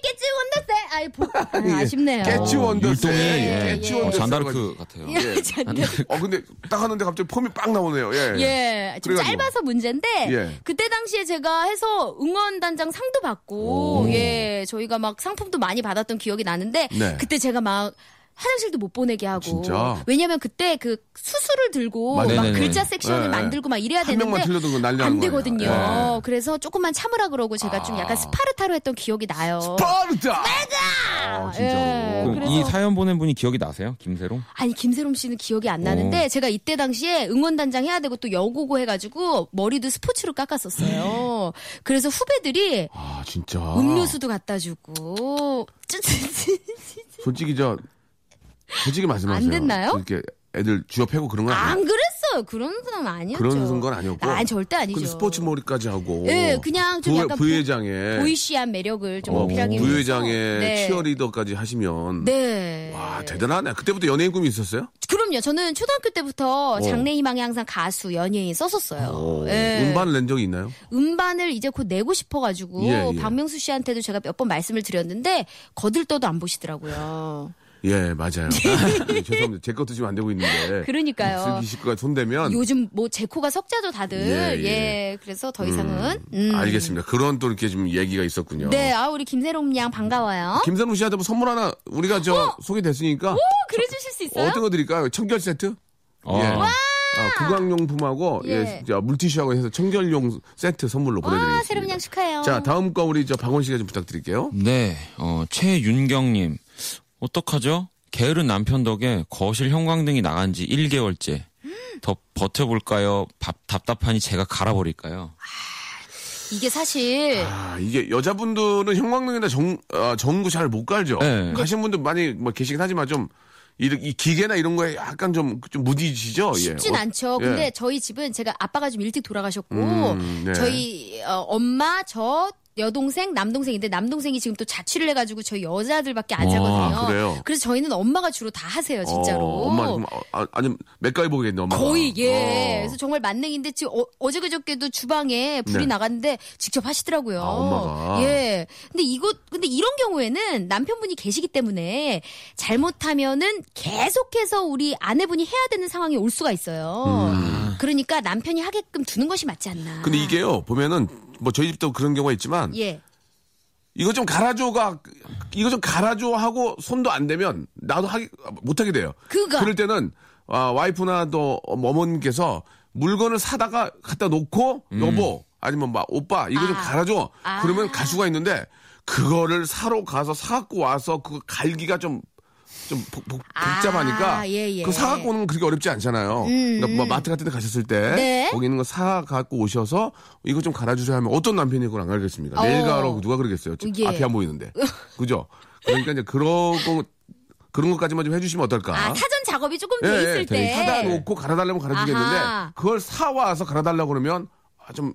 [SPEAKER 3] you're somebody, you do understand. 아이, 보, 아, 아쉽네요.
[SPEAKER 1] 예. 깨치 원더스.
[SPEAKER 2] 어, 율동이
[SPEAKER 1] 예,
[SPEAKER 2] 예,
[SPEAKER 1] 깨치
[SPEAKER 3] 예.
[SPEAKER 2] 어,
[SPEAKER 1] 원더스.
[SPEAKER 2] 잔다르크 같아요.
[SPEAKER 1] 예.
[SPEAKER 3] 잔다.
[SPEAKER 1] 어 근데 딱 하는데 갑자기 폼이 빵 나오네요. 예.
[SPEAKER 3] 예, 좀
[SPEAKER 1] 그래가지고.
[SPEAKER 3] 짧아서 문제인데
[SPEAKER 1] 예.
[SPEAKER 3] 그때 당시에 제가 해서 응원단장 상도 받고 예, 저희가 막 상품도 많이 받았던 기억이 나는데
[SPEAKER 1] 네.
[SPEAKER 3] 그때 제가 막 화장실도 못 보내게 하고
[SPEAKER 1] 진짜?
[SPEAKER 3] 왜냐면 그때 그 수술을 들고
[SPEAKER 1] 맞아요.
[SPEAKER 3] 막
[SPEAKER 2] 네네네.
[SPEAKER 3] 글자 섹션을
[SPEAKER 1] 예, 예.
[SPEAKER 3] 만들고 막 이래야
[SPEAKER 1] 한 명만
[SPEAKER 3] 되는데
[SPEAKER 1] 틀려도 그거 난리
[SPEAKER 3] 안
[SPEAKER 1] 나는 거예요.
[SPEAKER 3] 되거든요.
[SPEAKER 1] 예. 아.
[SPEAKER 3] 그래서 조금만 참으라 그러고 제가 좀 약간 스파르타로 했던 기억이 나요.
[SPEAKER 1] 스파르타.
[SPEAKER 3] 네?
[SPEAKER 1] 아, 진짜.
[SPEAKER 3] 예.
[SPEAKER 1] 로
[SPEAKER 2] 그럼
[SPEAKER 3] 그래서-
[SPEAKER 2] 어, 이 사연 보낸 분이 기억이 나세요? 김세롱?
[SPEAKER 3] 아니 김세롬 씨는 기억이 안
[SPEAKER 1] 어.
[SPEAKER 3] 나는데 제가 이때 당시에 응원단장 해야 되고 또 여고고 해가지고 머리도 스포츠로 깎았었어요. 그래서 후배들이
[SPEAKER 1] 네. 아 진짜.
[SPEAKER 3] 음료수도 갖다 주고 쯔쯔쯔.
[SPEAKER 1] 솔직히 저 솔직히 말씀하세요.
[SPEAKER 3] 안 됐나요?
[SPEAKER 1] 이렇게 애들 쥐어 패고 그런 건 아니에요.
[SPEAKER 3] 안 그랬어요. 그런 건 아니었죠.
[SPEAKER 1] 그런 건 아니었고.
[SPEAKER 3] 아, 절대 아니죠.
[SPEAKER 1] 근데 스포츠 머리까지 하고.
[SPEAKER 3] 예, 그냥 좀
[SPEAKER 1] 부회-
[SPEAKER 3] 약간
[SPEAKER 1] 부회장에 예.
[SPEAKER 3] 보이시한 매력을 좀
[SPEAKER 1] 어,
[SPEAKER 3] 어필하기 위해서.
[SPEAKER 1] 부회장에
[SPEAKER 3] 네.
[SPEAKER 1] 치어리더까지 하시면
[SPEAKER 3] 네.
[SPEAKER 1] 와 대단하네. 그때부터 연예인 꿈이 있었어요?
[SPEAKER 3] 그럼요. 저는 초등학교
[SPEAKER 1] 어.
[SPEAKER 3] 때부터 장래희망에 항상 가수, 연예인 썼었어요.
[SPEAKER 1] 오,
[SPEAKER 3] 예.
[SPEAKER 1] 음반을 낸 적이 있나요?
[SPEAKER 3] 음반을 이제 곧 내고 싶어가지고
[SPEAKER 1] 예, 예.
[SPEAKER 3] 박명수 씨한테도 제가 몇 번 말씀을 드렸는데 거들떠도 안 보시더라고요.
[SPEAKER 1] 예, 맞아요. 예, 죄송합니다. 제 것도 지금 안 되고 있는데.
[SPEAKER 3] 그러니까요.
[SPEAKER 1] 슬기 씨 거가 손대면.
[SPEAKER 3] 요즘 뭐 제 코가 석자죠 다들.
[SPEAKER 1] 예,
[SPEAKER 3] 예,
[SPEAKER 1] 예.
[SPEAKER 3] 그래서 더 이상은. 음.
[SPEAKER 1] 알겠습니다. 그런 또 이렇게 좀 얘기가 있었군요.
[SPEAKER 3] 네, 아 우리 김세롬 양 반가워요.
[SPEAKER 1] 김선우 씨한테 뭐 선물 하나 우리가 저
[SPEAKER 3] 어?
[SPEAKER 1] 소개됐으니까
[SPEAKER 3] 오, 그래 주실 수 있어요?
[SPEAKER 1] 어떤 거 드릴까요? 청결 세트?
[SPEAKER 2] 아,
[SPEAKER 1] 예. 아, 구강용품하고 예.
[SPEAKER 3] 예.
[SPEAKER 1] 저 물티슈하고 해서 청결용 세트 선물로 보내드리겠습니다.
[SPEAKER 3] 와, 세롬 양 축하해요.
[SPEAKER 1] 자, 다음 거 우리 저 박원 씨가 좀 부탁드릴게요.
[SPEAKER 2] 네, 어, 최윤경님. 어떡하죠? 게으른 남편 덕에 거실 형광등이 나간 지 1개월째. 더 버텨볼까요? 밥- 답답하니 제가 갈아버릴까요?
[SPEAKER 3] 이게 사실
[SPEAKER 1] 아, 이게 여자분들은 형광등에다 정, 아, 전구 잘 못 갈죠.
[SPEAKER 2] 네.
[SPEAKER 1] 가신 분들 많이 뭐 계시긴 하지만 좀, 이, 이 기계나 이런 거에 약간 좀, 좀 무디지죠? 예.
[SPEAKER 3] 쉽진
[SPEAKER 1] 어,
[SPEAKER 3] 않죠.
[SPEAKER 1] 예.
[SPEAKER 3] 근데 저희 집은 제가 아빠가 좀 일찍 돌아가셨고
[SPEAKER 1] 음, 네.
[SPEAKER 3] 저희 어, 엄마 저 여동생 남동생인데 남동생이 지금 또 자취를 해가지고 저희 여자들밖에 안
[SPEAKER 2] 와,
[SPEAKER 3] 살거든요.
[SPEAKER 1] 아, 그래요?
[SPEAKER 3] 래서 저희는 엄마가 주로 다 하세요 진짜로.
[SPEAKER 1] 어, 엄마, 그럼, 어, 아, 아니, 맥가이 보겠네, 엄마.
[SPEAKER 3] 거의
[SPEAKER 1] 어.
[SPEAKER 3] 예. 그래서 정말 만능인데 지금 어, 제 그저께도 주방에 불이
[SPEAKER 1] 네.
[SPEAKER 3] 나갔는데 직접 하시더라고요.
[SPEAKER 1] 아, 엄마가.
[SPEAKER 3] 예. 근데 이것 근데 이런 경우에는 남편분이 계시기 때문에 잘못하면은 계속해서 우리 아내분이 해야 되는 상황이 올 수가 있어요. 그러니까 남편이 하게끔 두는 것이 맞지 않나.
[SPEAKER 1] 음. 근데 이게요, 보면은, 뭐 저희 집도 그런 경우가 있지만,
[SPEAKER 3] 예.
[SPEAKER 1] 이거 좀 갈아줘가, 이거 좀 갈아줘 하고 손도 안 대면 나도 하기, 못하게 돼요.
[SPEAKER 3] 그거.
[SPEAKER 1] 그럴 때는, 아, 와이프나 또 어머님께서 물건을 사다가 갖다 놓고, 여보, 아니면 막 오빠, 이거 좀
[SPEAKER 3] 아.
[SPEAKER 1] 갈아줘.
[SPEAKER 3] 아.
[SPEAKER 1] 그러면 갈 수가 있는데, 그거를 사러 가서 사갖고 와서 그 갈기가 좀, 좀 복, 복,
[SPEAKER 3] 아,
[SPEAKER 1] 복잡하니까
[SPEAKER 3] 예, 예.
[SPEAKER 1] 그 사갖고 오는 건 그렇게 어렵지 않잖아요. 그러니까 뭐 마트 같은 데 가셨을 때
[SPEAKER 3] 네.
[SPEAKER 1] 거기 있는 거 사갖고 오셔서 이거 좀 갈아주세요 하면 어떤 남편이 그걸 안 갈겠습니까? 내일
[SPEAKER 3] 어.
[SPEAKER 1] 가라고 누가 그러겠어요. 집
[SPEAKER 3] 예.
[SPEAKER 1] 앞이 안 보이는데. 그죠? 그러니까 이제 그런 거, 그런 것까지만 좀 해주시면 어떨까? 예,
[SPEAKER 3] 아, 사전 작업이 조금 돼 있을 때.
[SPEAKER 1] 사다 놓고 갈아달라면 갈아주겠는데
[SPEAKER 3] 아하.
[SPEAKER 1] 그걸 사와서 갈아달라고 그러면 아, 좀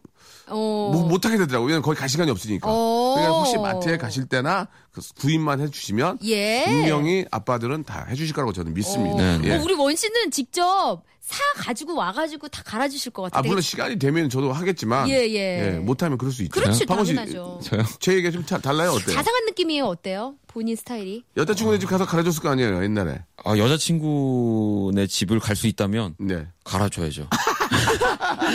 [SPEAKER 3] 어.
[SPEAKER 1] 뭐 못하게 되더라고요. 왜냐면 거기 갈 시간이 없으니까.
[SPEAKER 3] 어.
[SPEAKER 1] 그러니까 혹시 마트에 가실 때나 그 구입만 해주시면
[SPEAKER 3] 예.
[SPEAKER 1] 분명히 아빠들은 다 해주실 거라고 저는 믿습니다.
[SPEAKER 2] 네,
[SPEAKER 1] 예.
[SPEAKER 2] 네.
[SPEAKER 3] 어, 우리 원 씨는 직접 사 가지고 와 가지고 다 갈아 주실 것 같아요.
[SPEAKER 1] 아, 물론 시간이 되면 저도 하겠지만.
[SPEAKER 3] 예, 예.
[SPEAKER 1] 못하면 그럴 수 있죠.
[SPEAKER 3] 그렇죠.
[SPEAKER 1] 박원 씨,
[SPEAKER 3] 당연하죠.
[SPEAKER 2] 저요?
[SPEAKER 1] 제 얘기가 좀 차- 달라요, 어때요?
[SPEAKER 3] 자상한 느낌이에요. 어때요? 본인 스타일이?
[SPEAKER 1] 여자친구네 집 가서 갈아줬을 거 아니에요, 옛날에.
[SPEAKER 2] 아, 여자친구네 집을 갈 수 있다면
[SPEAKER 1] 네.
[SPEAKER 2] 갈아줘야죠.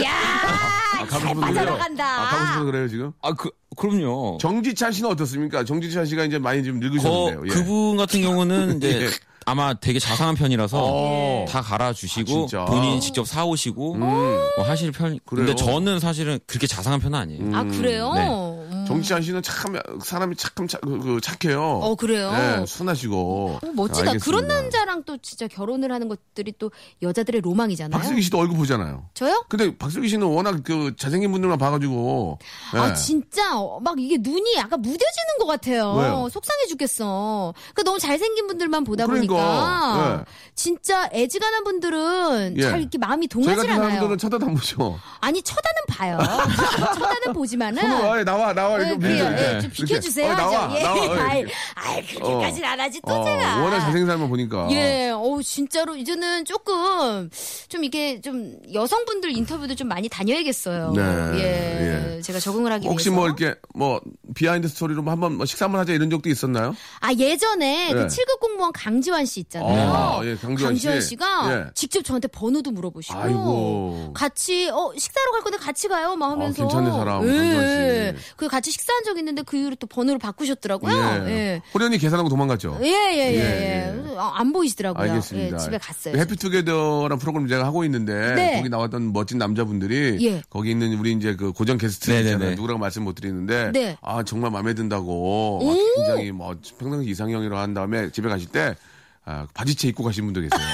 [SPEAKER 3] 야, 잘
[SPEAKER 1] 가고 싶어서
[SPEAKER 3] 맞아
[SPEAKER 1] 그래요? 아, 가고 싶어서
[SPEAKER 3] 나간다.
[SPEAKER 1] 그래요, 지금?
[SPEAKER 2] 아, 그, 그럼요.
[SPEAKER 1] 정지찬 씨는 어떻습니까? 정지찬 씨가 이제 많이 좀 늙으셨는데요.
[SPEAKER 2] 거,
[SPEAKER 1] 예.
[SPEAKER 2] 그분 같은 경우는 이제
[SPEAKER 1] 예.
[SPEAKER 2] 아마 되게 자상한 편이라서
[SPEAKER 1] 어.
[SPEAKER 2] 다
[SPEAKER 1] 아,
[SPEAKER 2] 갈아주시고
[SPEAKER 1] 진짜? 음.
[SPEAKER 2] 본인이 직접 사오시고 뭐 하실 편.
[SPEAKER 1] 그래요?
[SPEAKER 2] 근데 저는 사실은 그렇게 자상한 편은 아니에요.
[SPEAKER 3] 아,
[SPEAKER 1] 음,
[SPEAKER 3] 그래요?
[SPEAKER 2] 네.
[SPEAKER 3] 음.
[SPEAKER 1] 정지찬 씨는 참, 사람이 착함, 착, 그, 그 착해요.
[SPEAKER 3] 어, 그래요?
[SPEAKER 1] 네, 순하시고.
[SPEAKER 3] 어, 멋지다.
[SPEAKER 1] 알겠습니다.
[SPEAKER 3] 그런 남자랑 또 진짜 결혼을 하는 것들이 또 여자들의 로망이잖아요.
[SPEAKER 1] 박슬기 씨도 얼굴 보잖아요.
[SPEAKER 3] 저요?
[SPEAKER 1] 근데 박슬기 씨는 워낙 그 잘생긴 분들만 봐가지고.
[SPEAKER 3] 아
[SPEAKER 1] 예.
[SPEAKER 3] 진짜 어, 막 이게 눈이 약간 무뎌지는 것 같아요.
[SPEAKER 1] 왜요?
[SPEAKER 3] 속상해 죽겠어. 그러니까 너무 잘생긴 분들만 보다
[SPEAKER 1] 그러니까,
[SPEAKER 3] 보니까
[SPEAKER 1] 예.
[SPEAKER 3] 진짜 애지간한 분들은
[SPEAKER 1] 예.
[SPEAKER 3] 잘 이렇게 마음이
[SPEAKER 1] 저희
[SPEAKER 3] 동하지
[SPEAKER 1] 같은
[SPEAKER 3] 않아요.
[SPEAKER 1] 사람들은 쳐다도 안 보죠.
[SPEAKER 3] 아니 쳐다는 봐요. 쳐다는 보지만은
[SPEAKER 1] 손으로 와, 나와, 나와.
[SPEAKER 3] 네,
[SPEAKER 1] 어, 이렇게
[SPEAKER 3] 그래요.
[SPEAKER 1] 밀죠, 이렇게.
[SPEAKER 3] 예, 좀
[SPEAKER 1] 이렇게.
[SPEAKER 3] 비켜주세요.
[SPEAKER 1] 어, 나와,
[SPEAKER 3] 좀. 예.
[SPEAKER 1] 나와.
[SPEAKER 3] 아이,
[SPEAKER 1] 이렇게.
[SPEAKER 3] 아이, 그렇게까지는 안 하지 또
[SPEAKER 1] 어,
[SPEAKER 3] 제가.
[SPEAKER 1] 워낙 잘생긴 사람만 보니까.
[SPEAKER 3] 예, 어우, 진짜로, 이제는 조금, 좀 이게 좀 여성분들 인터뷰도 좀 많이 다녀야겠어요.
[SPEAKER 1] 네,
[SPEAKER 3] 예.
[SPEAKER 1] 예.
[SPEAKER 3] 제가 적응을 하기
[SPEAKER 1] 혹시
[SPEAKER 3] 위해서.
[SPEAKER 1] 뭐 이렇게 뭐 비하인드 스토리로 뭐 한번 뭐 식사 한번 하자 이런 적도 있었나요?
[SPEAKER 3] 아 예전에
[SPEAKER 1] 네.
[SPEAKER 3] 그 7급 공무원 강지환 씨 있잖아요.
[SPEAKER 1] 아, 예, 강지환 씨.
[SPEAKER 3] 가
[SPEAKER 1] 예.
[SPEAKER 3] 직접 저한테 번호도 물어보시고
[SPEAKER 1] 아이고. 아,
[SPEAKER 3] 같이 어 식사하러 갈 건데 같이 가요 막 하면서
[SPEAKER 1] 괜찮네, 사람.
[SPEAKER 3] 예,
[SPEAKER 1] 강지환 씨.
[SPEAKER 3] 예. 그 같이 식사한 적 있는데 그 이후로 또 번호를 바꾸셨더라고요.
[SPEAKER 1] 예.
[SPEAKER 3] 예.
[SPEAKER 1] 호련이 계산하고 도망갔죠.
[SPEAKER 3] 예, 예, 예,
[SPEAKER 1] 예,
[SPEAKER 3] 예.
[SPEAKER 1] 예.
[SPEAKER 3] 아, 안 보이시더라고요.
[SPEAKER 1] 알겠습니다.
[SPEAKER 3] 예, 집에 갔어요.
[SPEAKER 1] 그 해피투게더라는 프로그램 제가 하고 있는데
[SPEAKER 3] 네.
[SPEAKER 1] 거기 나왔던 멋진 남자분들이
[SPEAKER 3] 예.
[SPEAKER 1] 거기 있는 우리 이제 그 고정 게스트
[SPEAKER 2] 네네네.
[SPEAKER 1] 있잖아요. 누구라고 말씀 못 드리는데
[SPEAKER 3] 네.
[SPEAKER 1] 아 정말 마음에 든다고 아, 굉장히 뭐 평상시 이상형이라고 한 다음에 집에 가실 때 아, 바지채 입고 가신 분도 계세요.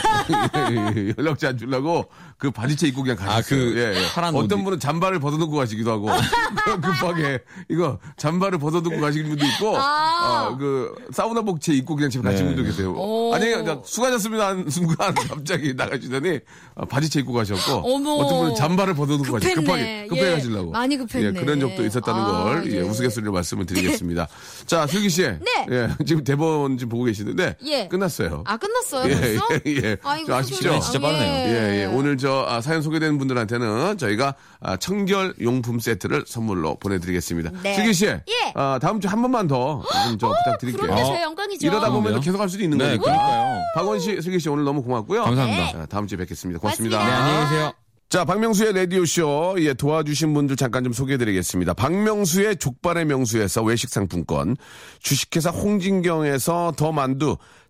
[SPEAKER 1] 예, 예, 예. 연락처 안 주려고 그 바지채 입고 그냥 가셨어요. 예,
[SPEAKER 2] 아, 그 파란 옷
[SPEAKER 1] 어떤
[SPEAKER 2] 입-
[SPEAKER 1] 분은 잠바를 벗어놓고 가시기도 하고 급하게 이거 잠바를 벗어놓고 가시는 분도 있고
[SPEAKER 3] 아.
[SPEAKER 1] 어, 그 사우나 복채 입고 그냥 집에 가신 분도 계세요.
[SPEAKER 3] 오.
[SPEAKER 1] 아니 그러니까 수고하셨습니다 한 순간 갑자기 나가시더니 아, 바지채 입고 가셨고
[SPEAKER 3] 어머.
[SPEAKER 1] 어떤 분은 잠바를 벗어놓고 가시
[SPEAKER 3] 급했네.
[SPEAKER 1] 급하게 급하게
[SPEAKER 3] 예.
[SPEAKER 1] 가시려고
[SPEAKER 3] 많이 급했네.
[SPEAKER 1] 예, 그런 적도 있었다는
[SPEAKER 3] 아,
[SPEAKER 1] 걸 예,
[SPEAKER 3] 예.
[SPEAKER 1] 우스갯소리로 말씀을 드리겠습니다. 자 슬기 씨,
[SPEAKER 3] 네.
[SPEAKER 1] 예, 지금 대본 지금 보고 계시는데
[SPEAKER 3] 예.
[SPEAKER 1] 끝났어요.
[SPEAKER 3] 아 끝났어요
[SPEAKER 1] 예,
[SPEAKER 3] 벌써?
[SPEAKER 1] 예, 예. 좀 아쉽죠?
[SPEAKER 2] 진짜 빠르네요.
[SPEAKER 1] 예, 예. 오늘 저 아, 사연 소개되는 분들한테는 저희가 아, 청결 용품 세트를 선물로 보내드리겠습니다.
[SPEAKER 3] 네.
[SPEAKER 1] 슬기 씨,
[SPEAKER 3] 예.
[SPEAKER 1] 아, 다음 주 한 번만 더좀저 부탁드릴게요.
[SPEAKER 3] 그런데
[SPEAKER 2] 어,
[SPEAKER 3] 제 영광이죠.
[SPEAKER 1] 이러다 보면
[SPEAKER 2] 그러네요.
[SPEAKER 1] 계속 할 수도 있는
[SPEAKER 2] 네,
[SPEAKER 1] 거니까.
[SPEAKER 2] 그러니까요.
[SPEAKER 1] 박원 씨, 슬기 씨 오늘 너무 고맙고요.
[SPEAKER 2] 감사합니다.
[SPEAKER 1] 자, 다음 주에 뵙겠습니다. 고맙습니다.
[SPEAKER 2] 네,
[SPEAKER 3] 네. 고맙습니다.
[SPEAKER 2] 안녕히 계세요.
[SPEAKER 1] 자, 박명수의 라디오쇼, 예, 도와주신 분들 잠깐 좀 소개해드리겠습니다. 박명수의 족발의 명수에서 외식상품권, 주식회사 홍진경에서 더 만두,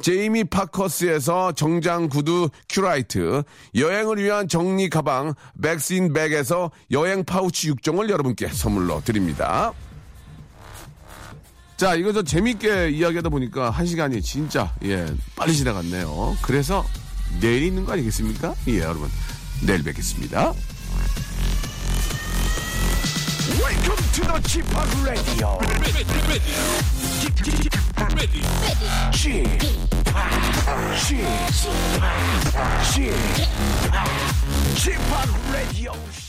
[SPEAKER 1] 제이미 파커스에서 정장 구두 큐라이트, 여행을 위한 정리 가방 백스인 백에서 여행 파우치 6종을 여러분께 선물로 드립니다. 자, 이거 저 재밌게 이야기하다 보니까 한 시간이 진짜, 예, 빨리 지나갔네요. 그래서 내일 있는 거 아니겠습니까? 예, 여러분. 내일 뵙겠습니다. Welcome to the Chip Radio. Chip Radio.